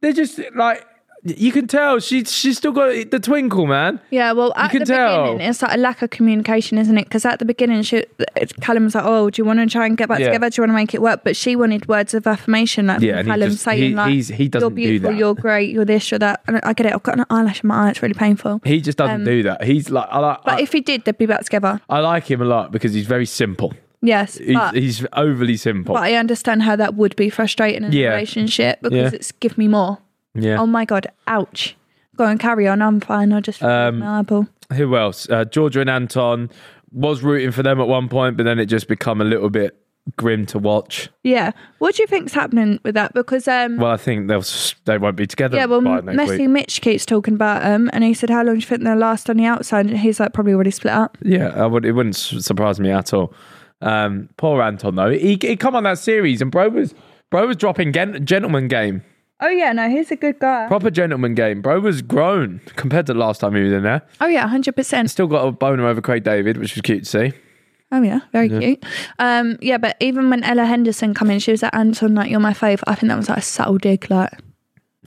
S1: they're just like, you can tell she, she's still got the twinkle, man.
S2: Yeah, well, at
S1: can
S2: the
S1: tell.
S2: beginning, it's like a lack of communication, isn't it? Because at the beginning, she, it's- Callum was like, "Oh, do you want to try and get back
S1: Yeah.
S2: together? Do you want to make it work?" But she wanted words of affirmation, like
S1: Yeah,
S2: from
S1: and he
S2: Callum
S1: just-
S2: saying,
S1: he-
S2: "Like,
S1: he's- he
S2: you're
S1: doesn't do
S2: beautiful,
S1: that."
S2: you're great, you're this, you're that." And I get it. I've got an eyelash in my eye; it's really painful.
S1: He just doesn't do that. He's like, I like,
S2: Um, But
S1: I,
S2: if he did, they'd be back together.
S1: I like him a lot because he's very simple.
S2: Yes,
S1: He's,
S2: but,
S1: he's overly simple.
S2: but I understand how that would be frustrating in
S1: Yeah.
S2: a relationship because
S1: Yeah.
S2: it's give me more.
S1: yeah.
S2: Oh my god, ouch! Go and carry on. I'm fine. I just um, my eyeball.
S1: who else? Uh, Georgia and Anton was rooting for them at one point, but then it just become a little bit grim to watch.
S2: Yeah. What do you think's happening with that? Because um,
S1: Well, I think they'll s- they won't be together.
S2: Yeah, well,
S1: by next
S2: Messi
S1: week.
S2: Mitch keeps talking about him, and he said, "How long do you think they'll last on the outside?" And he's like, "Probably already split up."
S1: Yeah, I would. It wouldn't s- surprise me at all. Um, poor Anton though. He he come on that series and bro was bro was dropping gen- gentleman game,
S2: Oh yeah, no, he's a good guy.
S1: proper gentleman game. Bro was grown compared to the last time he was in there.
S2: Oh yeah, hundred percent.
S1: Still got a boner over Craig David, which was cute to see.
S2: Oh yeah, very cute. Um, yeah, but even when Ella Henderson come in, she was like, "Anton, like you're my fave." I think that was like a subtle dig, like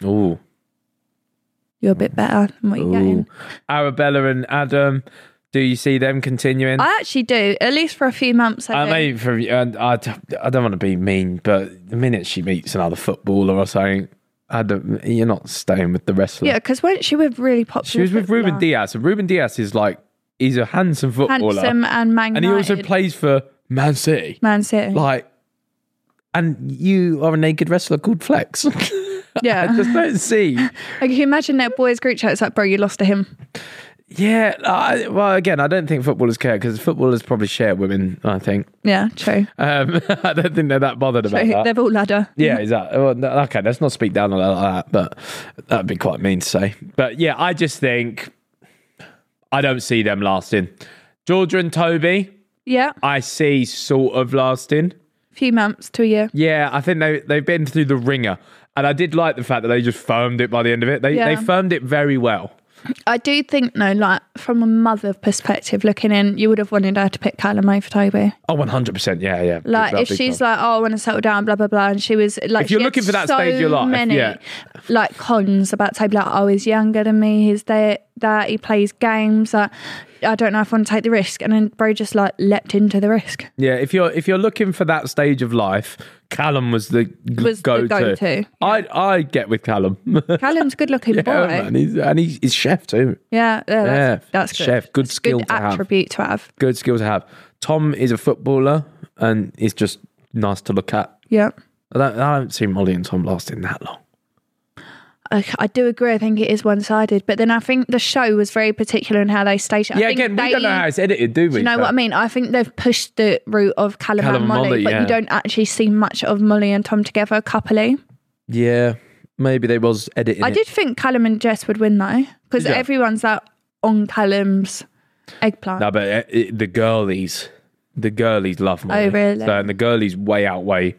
S1: Ooh,
S2: you're a bit better than what you're getting.
S1: Arabella and Adam. Do you see them continuing?
S2: I actually do, at least for a few months. I,
S1: I
S2: do.
S1: mean, for and I, d- I don't want to be mean, but the minute she meets another footballer or something, I don't, you're not staying with the wrestler.
S2: yeah, because weren't she with really popular?
S1: she was with
S2: footballer?
S1: Ruben Diaz, and Ruben Diaz is like he's a handsome footballer,
S2: handsome and man,
S1: and he also
S2: United,
S1: plays for Man City.
S2: Man City.
S1: Like and you are a naked wrestler called Flex.
S2: Yeah.
S1: I just don't see.
S2: Like, can you imagine that boys' group chat? It's like, bro, you lost to him.
S1: Yeah, I, well, again, I don't think footballers care because footballers probably share women. I think
S2: Yeah, true.
S1: um, I don't think they're that bothered about
S2: true.
S1: that.
S2: They've all ladder.
S1: Yeah, exactly. Well, no, okay, let's not speak down on it like that, but that'd be quite mean to say. But yeah, I just think I don't see them lasting. Georgia and Toby,
S2: Yeah.
S1: I see sort of lasting.
S2: A few months to a year.
S1: Yeah, I think they they've been through the ringer, and I did like the fact that they just firmed it by the end of it. They
S2: Yeah.
S1: they firmed it very well.
S2: I do think, though, like, from a mother perspective looking in, you would have wanted her to pick Callum over Toby.
S1: Oh, 100 percent. Yeah, yeah.
S2: Like, if she's like, oh, I want to settle down, blah, blah, blah. And she was like,
S1: If you're
S2: she had
S1: looking for that
S2: so
S1: stage of your life,
S2: many,
S1: yeah.
S2: Like, cons about Toby. Like, oh, he's younger than me. He's there, that. He plays games. Like, I don't know if I want to take the risk. And then Bro just, like, leapt into the risk.
S1: Yeah, if you're if you're looking for that stage of life, Callum was the
S2: Was the
S1: go
S2: go-to, yeah.
S1: to. I I get with Callum.
S2: Callum's a good looking boy.
S1: yeah, man, he's, and he's, he's chef too.
S2: Yeah, yeah, that's,
S1: Yeah,
S2: that's good.
S1: chef, good
S2: It's a
S1: skill
S2: good
S1: to have.
S2: attribute to have.
S1: Good skill to have. Tom is a footballer and is just nice to look at.
S2: Yeah,
S1: I don't, I don't see Molly and Tom lasting that long.
S2: I, I do agree. I think it is one sided, but then I think the show was very particular in how they staged it. I
S1: yeah,
S2: think
S1: again,
S2: they,
S1: we don't know how it's edited, do we?
S2: do you know
S1: But
S2: what I mean? I think they've pushed the route of Callum,
S1: Callum
S2: and Molly,
S1: Molly,
S2: but
S1: yeah.
S2: you don't actually see much of Molly and Tom together couply.
S1: Yeah, maybe they was editing.
S2: I
S1: it.
S2: did think Callum and Jess would win though, because
S1: Did ya?
S2: everyone's out on Callum's eggplant.
S1: No, but uh, it, the girlies, the girlies love Molly.
S2: Oh, really?
S1: So, and the girlies way outweigh.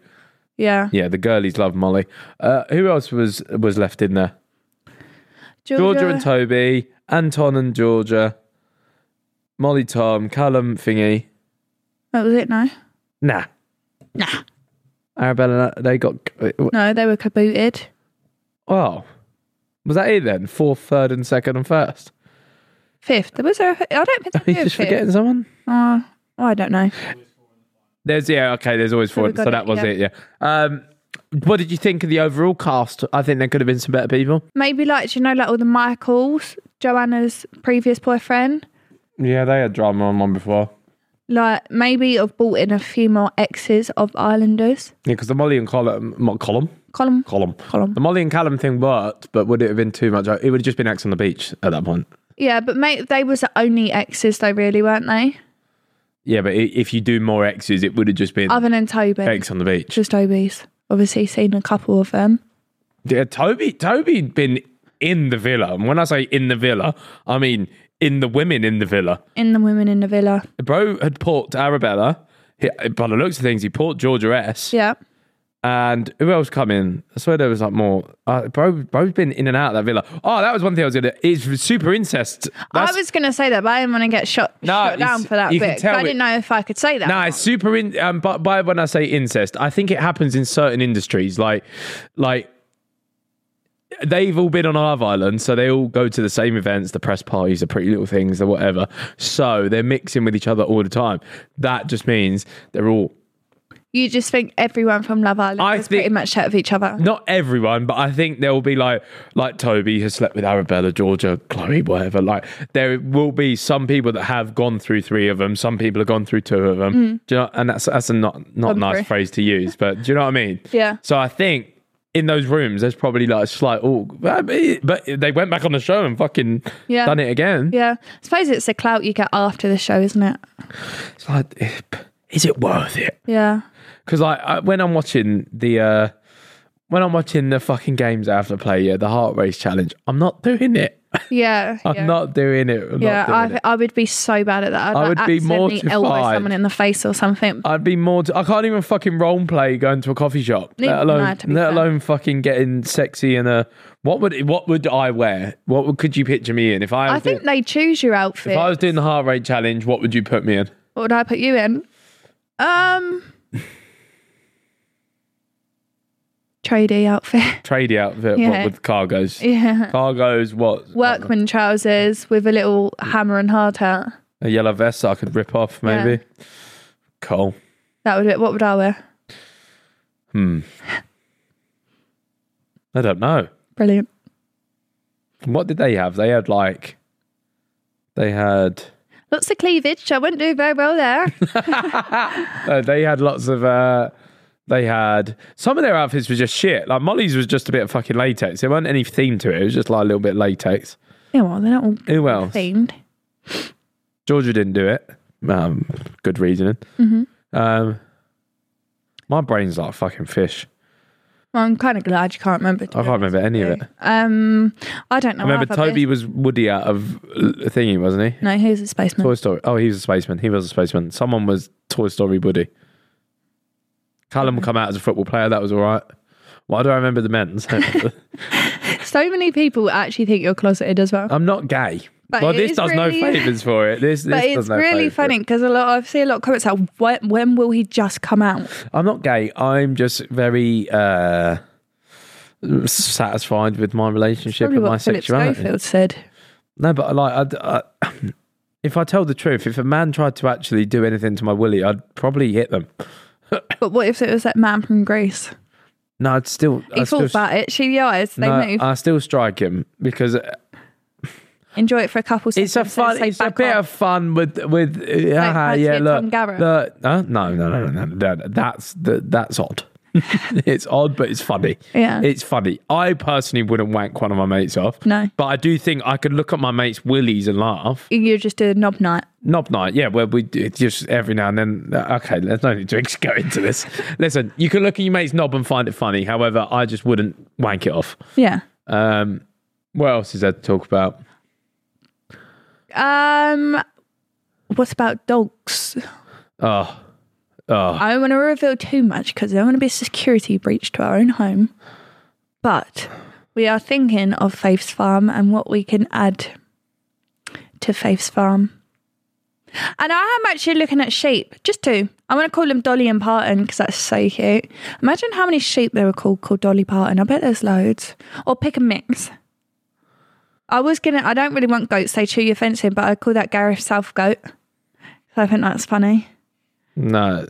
S2: yeah.
S1: Yeah, the girlies love Molly. Uh, who else was was left in there? Georgia, and Toby, Anton and Georgia, Molly, Tom, Callum, Thingy.
S2: That was it, no?
S1: Nah,
S2: Nah.
S1: Arabella. They got. uh,
S2: No, they were kabooted.
S1: Wow. Was that it then? Fourth, third, and second, and first.
S2: Fifth. There was a, I don't think
S1: Are
S2: they
S1: you
S2: were
S1: just
S2: fifth.
S1: forgetting someone?
S2: Oh, oh, I don't know.
S1: There's yeah, okay. There's always
S2: we
S1: four.
S2: got
S1: So that
S2: it,
S1: was
S2: yeah.
S1: it. Yeah. Um, what did you think of the overall cast? I think there could have been some better people.
S2: Maybe like do you know, like all the Michaels, Joanna's previous boyfriend.
S1: Yeah, they had drama on one before.
S2: Like maybe I've bought in a few more exes of Islanders.
S1: Yeah, because the Molly and Colum, Mo- Colum,
S2: Column.
S1: Colum,
S2: Colum.
S1: The Molly and Callum thing worked, but would it have been too much? It would have just been X on the beach at that point.
S2: Yeah, but mate, they was the only exes though, really, weren't they?
S1: Yeah, but i- if you do more X's, it would have just been
S2: Other than Toby,
S1: X on the beach.
S2: just Toby's. Obviously, seen a couple of them.
S1: Yeah, Toby, Toby'd been in the villa, and when I say in the villa, I mean in the women in the villa.
S2: In the women in the villa.
S1: Bro had porked Arabella. He, by the looks of things, he porked Georgia S.
S2: Yeah.
S1: And who else come in? I swear there was like more. Uh, bro, bro's been in and out of that villa. Oh, that was one thing I was gonna. It's super incest. That's,
S2: I was gonna say that, but I didn't want to get shot,
S1: No,
S2: shot
S1: it's-
S2: down for that
S1: you
S2: bit.
S1: can
S2: 'cause
S1: tell
S2: I
S1: it-
S2: didn't know if I could say that.
S1: No, it's super. In, um, but by when I say incest, I think it happens in certain industries, like like they've all been on Love Island, so they all go to the same events, the press parties, the Pretty Little Things, the whatever. So they're mixing with each other all the time. That just means they're all
S2: you just think everyone from Love Island
S1: I
S2: is
S1: think-
S2: pretty much chat with each other.
S1: not everyone, but I think there will be like like Toby has slept with Arabella, Georgia, Chloe, whatever. Like there will be some people that have gone through three of them. Some people have gone through two of them.
S2: Mm.
S1: Do you know? And that's that's a not not
S2: Gone
S1: nice
S2: through.
S1: phrase to use, but do you know what I mean?
S2: Yeah.
S1: So I think in those rooms, there's probably like a slight oh, but but they went back on the show and fucking
S2: Yeah.
S1: done it again.
S2: Yeah, I suppose it's the clout you get after the show, isn't it?
S1: It's like, is it worth it?
S2: Yeah.
S1: because like I, when I'm watching the uh when I'm watching the fucking games I have to play, yeah, the heart race challenge, I'm not doing it.
S2: Yeah.
S1: I'm
S2: yeah.
S1: not doing it. I'm not
S2: Yeah,
S1: doing
S2: I,
S1: it.
S2: I would be so bad at that. I'd
S1: I would be
S2: accidentally elbow
S1: mortified.
S2: someone in the face or something.
S1: I'd be more. I I can't even fucking role play going to a coffee shop.
S2: Neither
S1: Let
S2: can
S1: alone,
S2: I, to be
S1: let
S2: fair.
S1: alone fucking getting sexy in a. What would what would I wear? What would, could you picture me in if I?
S2: I
S1: was
S2: think
S1: doing,
S2: they choose your outfit.
S1: if I was doing the heart rate challenge, what would you put me in?
S2: what would I put you in? Um, tradie outfit.
S1: Tradie outfit.
S2: Yeah.
S1: What with cargos?
S2: Yeah,
S1: Cargos. What?
S2: workman trousers with a little hammer and hard hat.
S1: A yellow vest that I could rip off
S2: Yeah.
S1: maybe. Cool.
S2: That would. What would I wear?
S1: I don't know.
S2: Brilliant.
S1: What did they have? They had like, they had
S2: Lots of cleavage. I wouldn't do very well there.
S1: uh, they had lots of uh, They had some of their outfits were just shit. Like Molly's was just a bit of fucking latex. There wasn't any theme to it. It was just like a little bit latex.
S2: Yeah, well, they're not all
S1: Who else?
S2: themed.
S1: Georgia didn't do it. Um, good reasoning. Um, my brain's like a fucking fish.
S2: Well, I'm kind of glad you can't remember. to
S1: I
S2: be
S1: can't
S2: honest
S1: remember any of
S2: with
S1: it.
S2: you. Um, I don't know.
S1: I remember
S2: either, but-
S1: Toby was Woody out of uh, thingy, wasn't he?
S2: No, who's a spaceman?
S1: Toy Story. Oh, he was a spaceman. He was a spaceman. Someone was Toy Story Woody. Callum come out as a football player. That was all right. Why do I remember the men's?
S2: So many people actually think you're closeted as well.
S1: I'm not gay.
S2: But
S1: well,
S2: it
S1: this
S2: is
S1: does
S2: really-
S1: no favors for it. This, this
S2: but
S1: does
S2: it's
S1: no
S2: really
S1: favours for it.
S2: funny because a lot I see a lot of comments like, when, when will he just come out?
S1: I'm not gay. I'm just very uh, satisfied with my relationship
S2: Probably
S1: and my
S2: what Philip
S1: sexuality.
S2: Schofield said.
S1: No, but like, I'd, I, if I tell the truth, if a man tried to actually do anything to my willy, I'd probably hit them.
S2: But what if it was that man from Greece?
S1: No, I'd still.
S2: He
S1: I'd still
S2: thought about it. She the eyes. They
S1: no,
S2: move.
S1: I still strike him because
S2: Enjoy it for a couple
S1: it's
S2: seconds.
S1: a fun.
S2: then say
S1: It's a
S2: back
S1: bit
S2: off.
S1: of fun with with. Uh,
S2: how to
S1: yeah,
S2: hit
S1: look,
S2: Tom Garrett.
S1: look, huh? no, no, no, no, no, no, no, That's the, that's odd. it's odd, but it's funny.
S2: Yeah.
S1: it's funny. I personally wouldn't wank one of my mates off.
S2: No.
S1: but I do think I could look at my mates' willies and laugh.
S2: You just do a knob night.
S1: Knob night, yeah, where we it's just every now and then. uh, Okay, there's no need to ex- go into this. Listen, you can look at your mate's knob and find it funny. However, I just wouldn't wank it off.
S2: Yeah.
S1: Um, what else is there to talk about?
S2: Um, what about dogs?
S1: Oh,
S2: I don't want to reveal too much because there want to be a security breach to our own home. But we are thinking of Faith's Farm and what we can add to Faith's Farm. And I am actually looking at sheep, just two. I want to call them Dolly and Parton because that's so cute. Imagine how many sheep there were called called Dolly Parton. I bet there's loads. Or pick a mix. I was gonna. I don't really want goats. They chew your fencing, but I call that Gareth South goat. I think that's funny.
S1: no.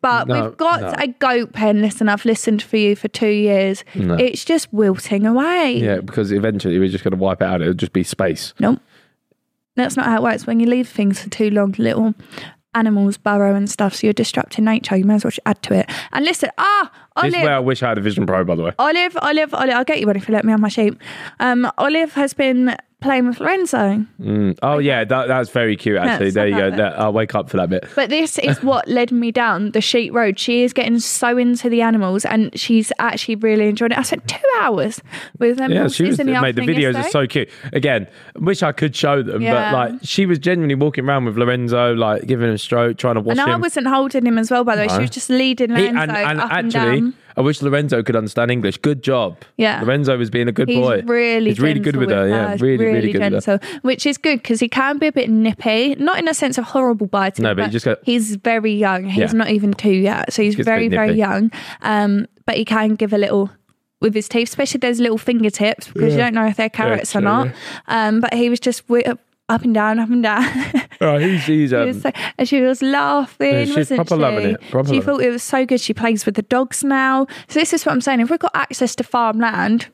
S2: But
S1: No,
S2: we've got
S1: no.
S2: a goat pen. Listen, I've listened for you for two years. It's just wilting away.
S1: Yeah, because eventually we're just going to wipe it out. It'll just be space.
S2: Nope. That's not how it works. When you leave things for too long, little animals burrow and stuff, so you're disrupting nature. You may as well just add to it. And listen, ah,
S1: This is where I
S2: Olive,
S1: wish I had a Vision Pro, by the way.
S2: Olive, Olive, Olive. I'll get you one if you let me have my sheep. Um, Olive has been playing with Lorenzo.
S1: Oh, yeah, that, that's very cute, actually.
S2: it's
S1: there you
S2: not
S1: go.
S2: that
S1: There- I'll wake up for that bit.
S2: But this is what led me down the sheep road. She is getting so into the animals, and she's actually really enjoying it. I spent two hours with them.
S1: Yeah, she was,
S2: in the
S1: mate, the
S2: afternoon
S1: videos
S2: yesterday.
S1: are so cute. Again, wish I could show them,
S2: Yeah.
S1: but like she was genuinely walking around with Lorenzo, like giving him a stroke, trying to wash
S2: And I
S1: him.
S2: wasn't holding him as well, by the way. She was just leading
S1: He-
S2: Lorenzo
S1: and and
S2: up
S1: actually,
S2: and down.
S1: I wish Lorenzo could understand English. Good job.
S2: Yeah.
S1: Lorenzo was being a good
S2: He's
S1: boy.
S2: really,
S1: He's really good
S2: gentle
S1: with her. Yeah, really, really, good with her.
S2: gentle, which is good because he can be a bit nippy, not in a sense of horrible biting.
S1: No, but he just go-
S2: he's very young. He's
S1: Yeah.
S2: not even two yet, so he's
S1: Gets a
S2: very,
S1: bit
S2: very
S1: nippy.
S2: young. Um, but he can give a little with his teeth, especially those little fingertips, because you don't know if they're carrots or
S1: true,
S2: not. Um, but he was just wi- up and down, up and down.
S1: Oh, he's, he's,
S2: She
S1: um,
S2: was so- and she was laughing,
S1: Yeah, she's
S2: wasn't
S1: proper
S2: she?
S1: loving it, proper
S2: she
S1: loving
S2: thought it was so good. She plays with the dogs now. So this is what I'm saying. If we've got access to farmland,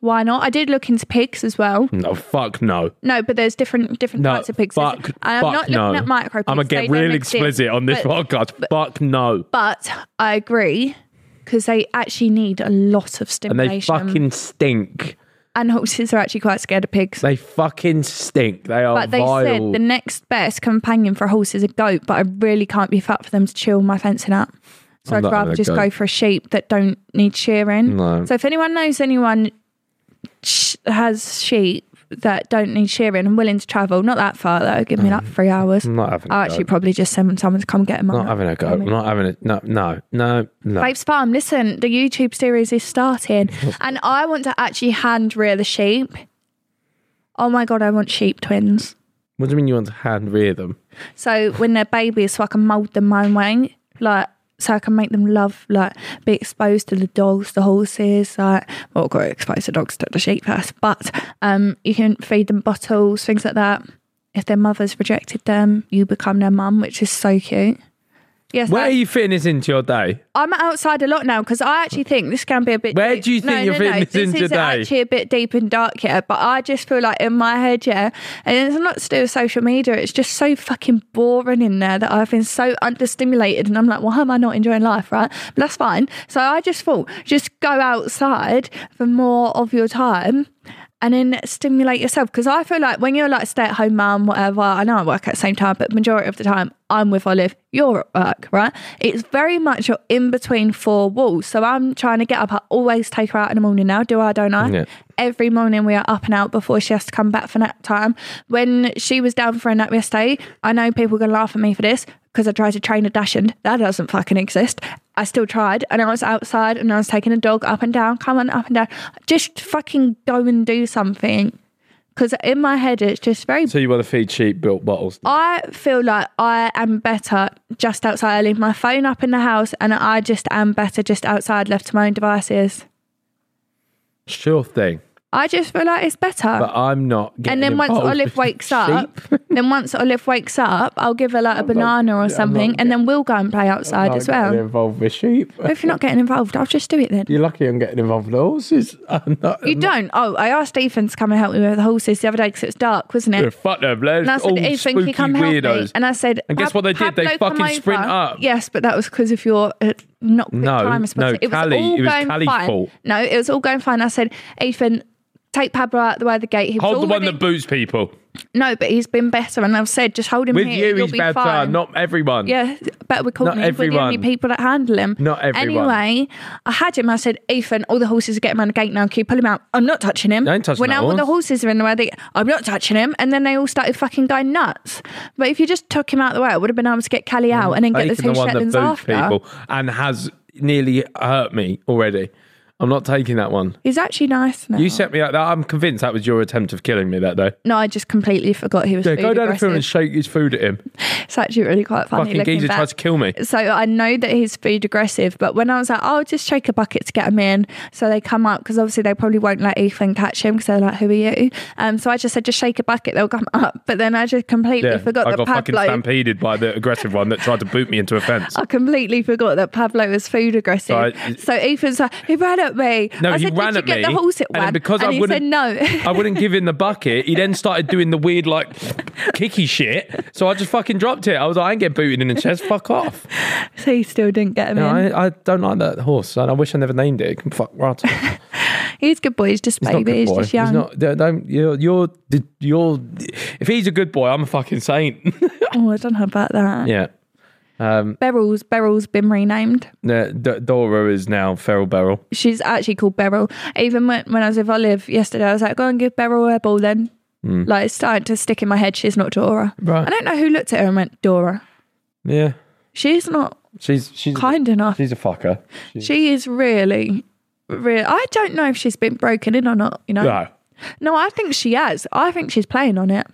S2: why not? I did look into pigs as well.
S1: no, fuck no.
S2: No, but there's different different
S1: No,
S2: types of pigs.
S1: fuck,
S2: And I'm
S1: fuck
S2: not
S1: no.
S2: looking at micro pigs.
S1: I'm gonna
S2: They
S1: get
S2: don't
S1: real
S2: exist.
S1: explicit on this
S2: But-
S1: podcast. fuck no,
S2: But I agree because they actually need a lot of
S1: and
S2: stimulation.
S1: they fucking stink.
S2: And horses are actually quite scared of pigs.
S1: They fucking stink. They are
S2: But they
S1: vile.
S2: said the next best companion for a horse is a goat, but I really can't be fat for them to chill my fencing up. So
S1: I'm
S2: i would
S1: not having
S2: rather
S1: a
S2: just
S1: goat.
S2: go for a sheep that don't need shearing.
S1: No.
S2: So if anyone knows anyone sh- has sheep that don't need shearing and willing to travel, not that far though, give me like three hours.
S1: I'm Mm. not having.
S2: I'll
S1: a
S2: Oh, actually
S1: go.
S2: probably just send someone to come get them.
S1: not having a go. I'm not having a no, no, no, no.
S2: Babes Farm, listen, the YouTube series is starting and I want to actually hand rear the sheep. Oh my God, I want sheep twins.
S1: What do you mean you want to hand rear them?
S2: So when they're babies, so I can mould them my own way, like so I can make them love, like be exposed to the dogs, the horses, like well, I've got to expose the dogs to the sheep first, but um, you can feed them bottles, things like that. If their mother's rejected them, you become their mum, which is so cute. Yes.
S1: Where
S2: I-
S1: are you fitting this into your day?
S2: I'm outside a lot now because I actually think this can be a bit.
S1: Where do you think you're fitting this
S2: this
S1: in
S2: is
S1: today?
S2: actually a bit deep and dark here, but I just feel like in my head, yeah, and it's not to do with social media. It's just so fucking boring in there that I've been so understimulated, and I'm like, why am I not enjoying life, right? But that's fine. So I just thought, just go outside for more of your time. And then stimulate yourself because I feel like when you're like stay at home mum, whatever. I know I work at the same time, but majority of the time I'm with Olive, you're at work, right? It's very much you're in between four walls. So I'm trying to get up. I always take her out in the morning now, do I, don't I?
S1: Yeah.
S2: Every morning we are up and out before she has to come back for nap time. When she was down for a nap yesterday, I know people are going to laugh at me for this because I tried to train a dashend. That doesn't fucking exist. I still tried and I was outside and I was taking a dog up and down, come on, up and down. Just fucking go and do something. Because in my head, it's just very
S1: So you want to feed sheep built bottles?
S2: I feel like I am better just outside. I leave my phone up in the house and I just am better just outside, left to my own devices.
S1: Sure thing.
S2: I just feel like it's better.
S1: But I'm not. Getting
S2: Uh, and then once
S1: involved
S2: Olive
S1: with
S2: wakes
S1: sheep.
S2: up, then once Olive wakes up, I'll give her like a banana or
S1: I'm
S2: something
S1: not
S2: and then we'll go and play outside
S1: I'm
S2: as well.
S1: involved with sheep.
S2: But if you're not getting involved, I'll just do it then.
S1: You're lucky I'm getting involved with horses. I'm not.
S2: You don't? Oh, I asked Ethan to come and help me with the horses the other day because it was dark, wasn't it?
S1: Yeah, fuck them. They're
S2: Eh, And I
S1: all
S2: said, Ethan, can
S1: spooky
S2: you come help me?
S1: weirdos.
S2: And I said,
S1: And guess
S2: "Pab-
S1: what they did? They
S2: Pablo, come
S1: fucking sprint
S2: over."
S1: up.
S2: Yes, but that was because of your uh, not quick
S1: No,
S2: time response.
S1: no,
S2: it was
S1: Callie-
S2: all
S1: it was
S2: going
S1: Callie's
S2: fine.
S1: fault.
S2: No, it was all going fine. I said, Ethan, take Pablo out the way of the gate. He was
S1: Hold the one
S2: already-
S1: that boots people.
S2: No, but he's been better, and I've said, just hold him
S1: With you,
S2: here. You'll
S1: he's
S2: be
S1: better.
S2: fine.
S1: Not everyone.
S2: Yeah, but we're
S1: Not
S2: calling him. We're the only
S1: everyone.
S2: people that handle him.
S1: Not everyone.
S2: Anyway, I had him. I said, Ethan, all the horses are getting around the gate now. Can you pull him out? I'm not touching him.
S1: Don't touch
S2: When
S1: that
S2: now all the
S1: horse.
S2: horses are in the way, they, I'm not touching him. And then they all started fucking going nuts. But if you just took him out of the way, I would have been able to get Callie out and then get the
S1: Taking
S2: two
S1: Mm, the one that
S2: Shetlands
S1: boots
S2: after.
S1: people and has nearly hurt me already. I'm not taking that one.
S2: He's actually nice now.
S1: You set me up. that- I'm convinced that was your attempt of killing me that day.
S2: no, I just completely forgot he was.
S1: Yeah,
S2: food
S1: go down the field and
S2: aggressive.
S1: shake his food at him.
S2: It's actually really quite funny.
S1: Fucking
S2: looking
S1: geezer
S2: back.
S1: tried to kill me.
S2: So I know that he's food aggressive, but when I was like, oh, just shake a bucket to get him in. So they come up because obviously they probably won't let Ethan catch him because they're like, who are you? Um, so I just said, just shake a bucket, they'll come up. But then I just completely
S1: Yeah,
S2: forgot
S1: I
S2: that
S1: got fucking
S2: Pablo.
S1: stampeded by the aggressive one that tried to boot me into a fence.
S2: I completely forgot that Pablo was food aggressive.
S1: Right.
S2: so Ethan's like, he ran at me.
S1: No,
S2: I
S1: he
S2: said,
S1: ran
S2: Did
S1: at
S2: you get
S1: me,
S2: the horse it
S1: and then
S2: ran?"
S1: because I
S2: and he said,
S1: wouldn't-
S2: no.
S1: I wouldn't give him the bucket. He then started doing the weird, like, kicky shit. So I just fucking dropped it. I was like, I ain't get booted in the chest. Fuck off.
S2: so he still didn't get him
S1: No,
S2: in.
S1: I, I don't like that horse. And I wish I never named it. It can fuck right. off.
S2: he's a good boy. He's just
S1: He's
S2: baby.
S1: not a good
S2: he's
S1: boy.
S2: just young.
S1: He's not, don't- don't, you're, you're, you're, if he's a good boy, I'm a fucking saint.
S2: oh, I don't know about that.
S1: yeah.
S2: Beryl's Beryl's been renamed.
S1: No, D- Dora is now Feral Beryl.
S2: She's actually called Beryl. Even when, when I was with Olive yesterday, I was like, go and give Beryl a ball then. Like, it's starting to stick in my head. She's not Dora.
S1: Mm. Right.
S2: I don't know who looked at her and went, Dora.
S1: Yeah.
S2: She's not
S1: She's, she's,
S2: kind enough.
S1: she's a fucker.
S2: She is really, really. I don't know if she's been broken in or not, you know?
S1: No.
S2: No, I think she has. I think she's playing on it.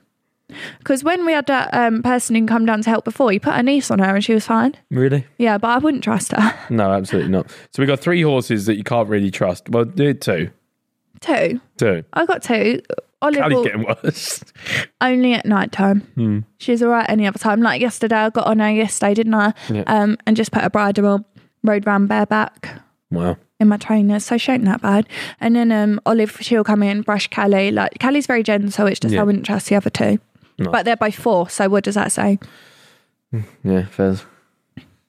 S2: Because when we had that um, person who come down to help before, he put a niece on her and she was fine.
S1: Really?
S2: Yeah, but I wouldn't trust her.
S1: No, absolutely not. So we got three horses that you can't really trust. Well, do two.
S2: two.
S1: Two.
S2: I got two. Olive
S1: Callie's
S2: will-
S1: getting worse.
S2: only at night time. She's all right any other time. Like yesterday, I got on her yesterday, didn't I? Um, and just put a bridle on, rode round bareback
S1: Wow.
S2: in my trainers, so she ain't that bad. And then um, Olive, she'll come in, brush Callie. Like Callie's very gentle, it's just
S1: Yeah.
S2: I wouldn't trust the other two. But they're both four, so what does that say?
S1: Yeah, Fez.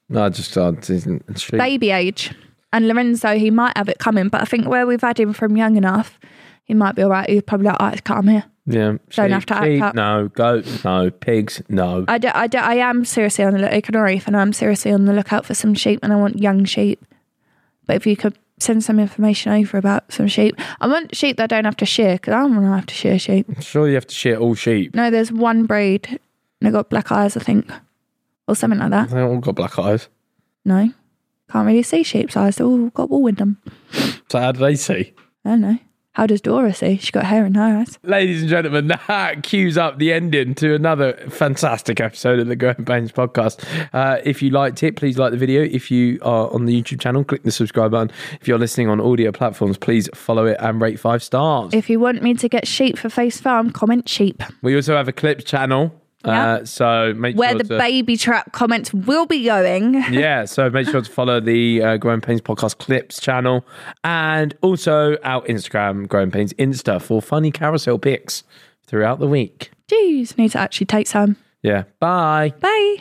S1: No, I just uh, she's- she,
S2: Baby age. And Lorenzo, he might have it coming, but I think where we've had him from young enough, he might be all right. He's probably like, oh, it's calm here.
S1: yeah,
S2: Don't
S1: sheep,
S2: have to act
S1: sheep,
S2: up. Uh,
S1: No, goats, no, pigs, no.
S2: I, do, I, do, I am seriously on the look. Ignore Ethan. I'm seriously on the lookout for some sheep, and I want young sheep. But if you could send some information over about some sheep, I want sheep that don't have to shear because I don't want to have to shear sheep.
S1: I'm sure you have to shit all sheep.
S2: No, there's one breed, and they got black eyes, I think, or something like that.
S1: They all got black eyes.
S2: No, can't really see sheep's eyes. They've all got wool in them.
S1: So how do they see?
S2: I don't know. How does Dora see? She got hair in her eyes.
S1: Ladies and gentlemen, that cues up the ending to another fantastic episode of the Growing Pains podcast. Uh, if you liked it, please like the video. If you are on the YouTube channel, click the subscribe button. If you're listening on audio platforms, please follow it and rate five stars.
S2: If you want me to get sheep for Face Farm, comment sheep.
S1: we also have a clips channel. Uh, so make
S2: Where
S1: sure
S2: the
S1: to,
S2: baby trap comments will be going.
S1: yeah, so make sure to follow the uh, Growing Pains podcast clips channel and also our Instagram, Growing Pains Insta, for funny carousel pics throughout the week.
S2: Jeez, need to actually take some.
S1: Yeah, bye.
S2: Bye.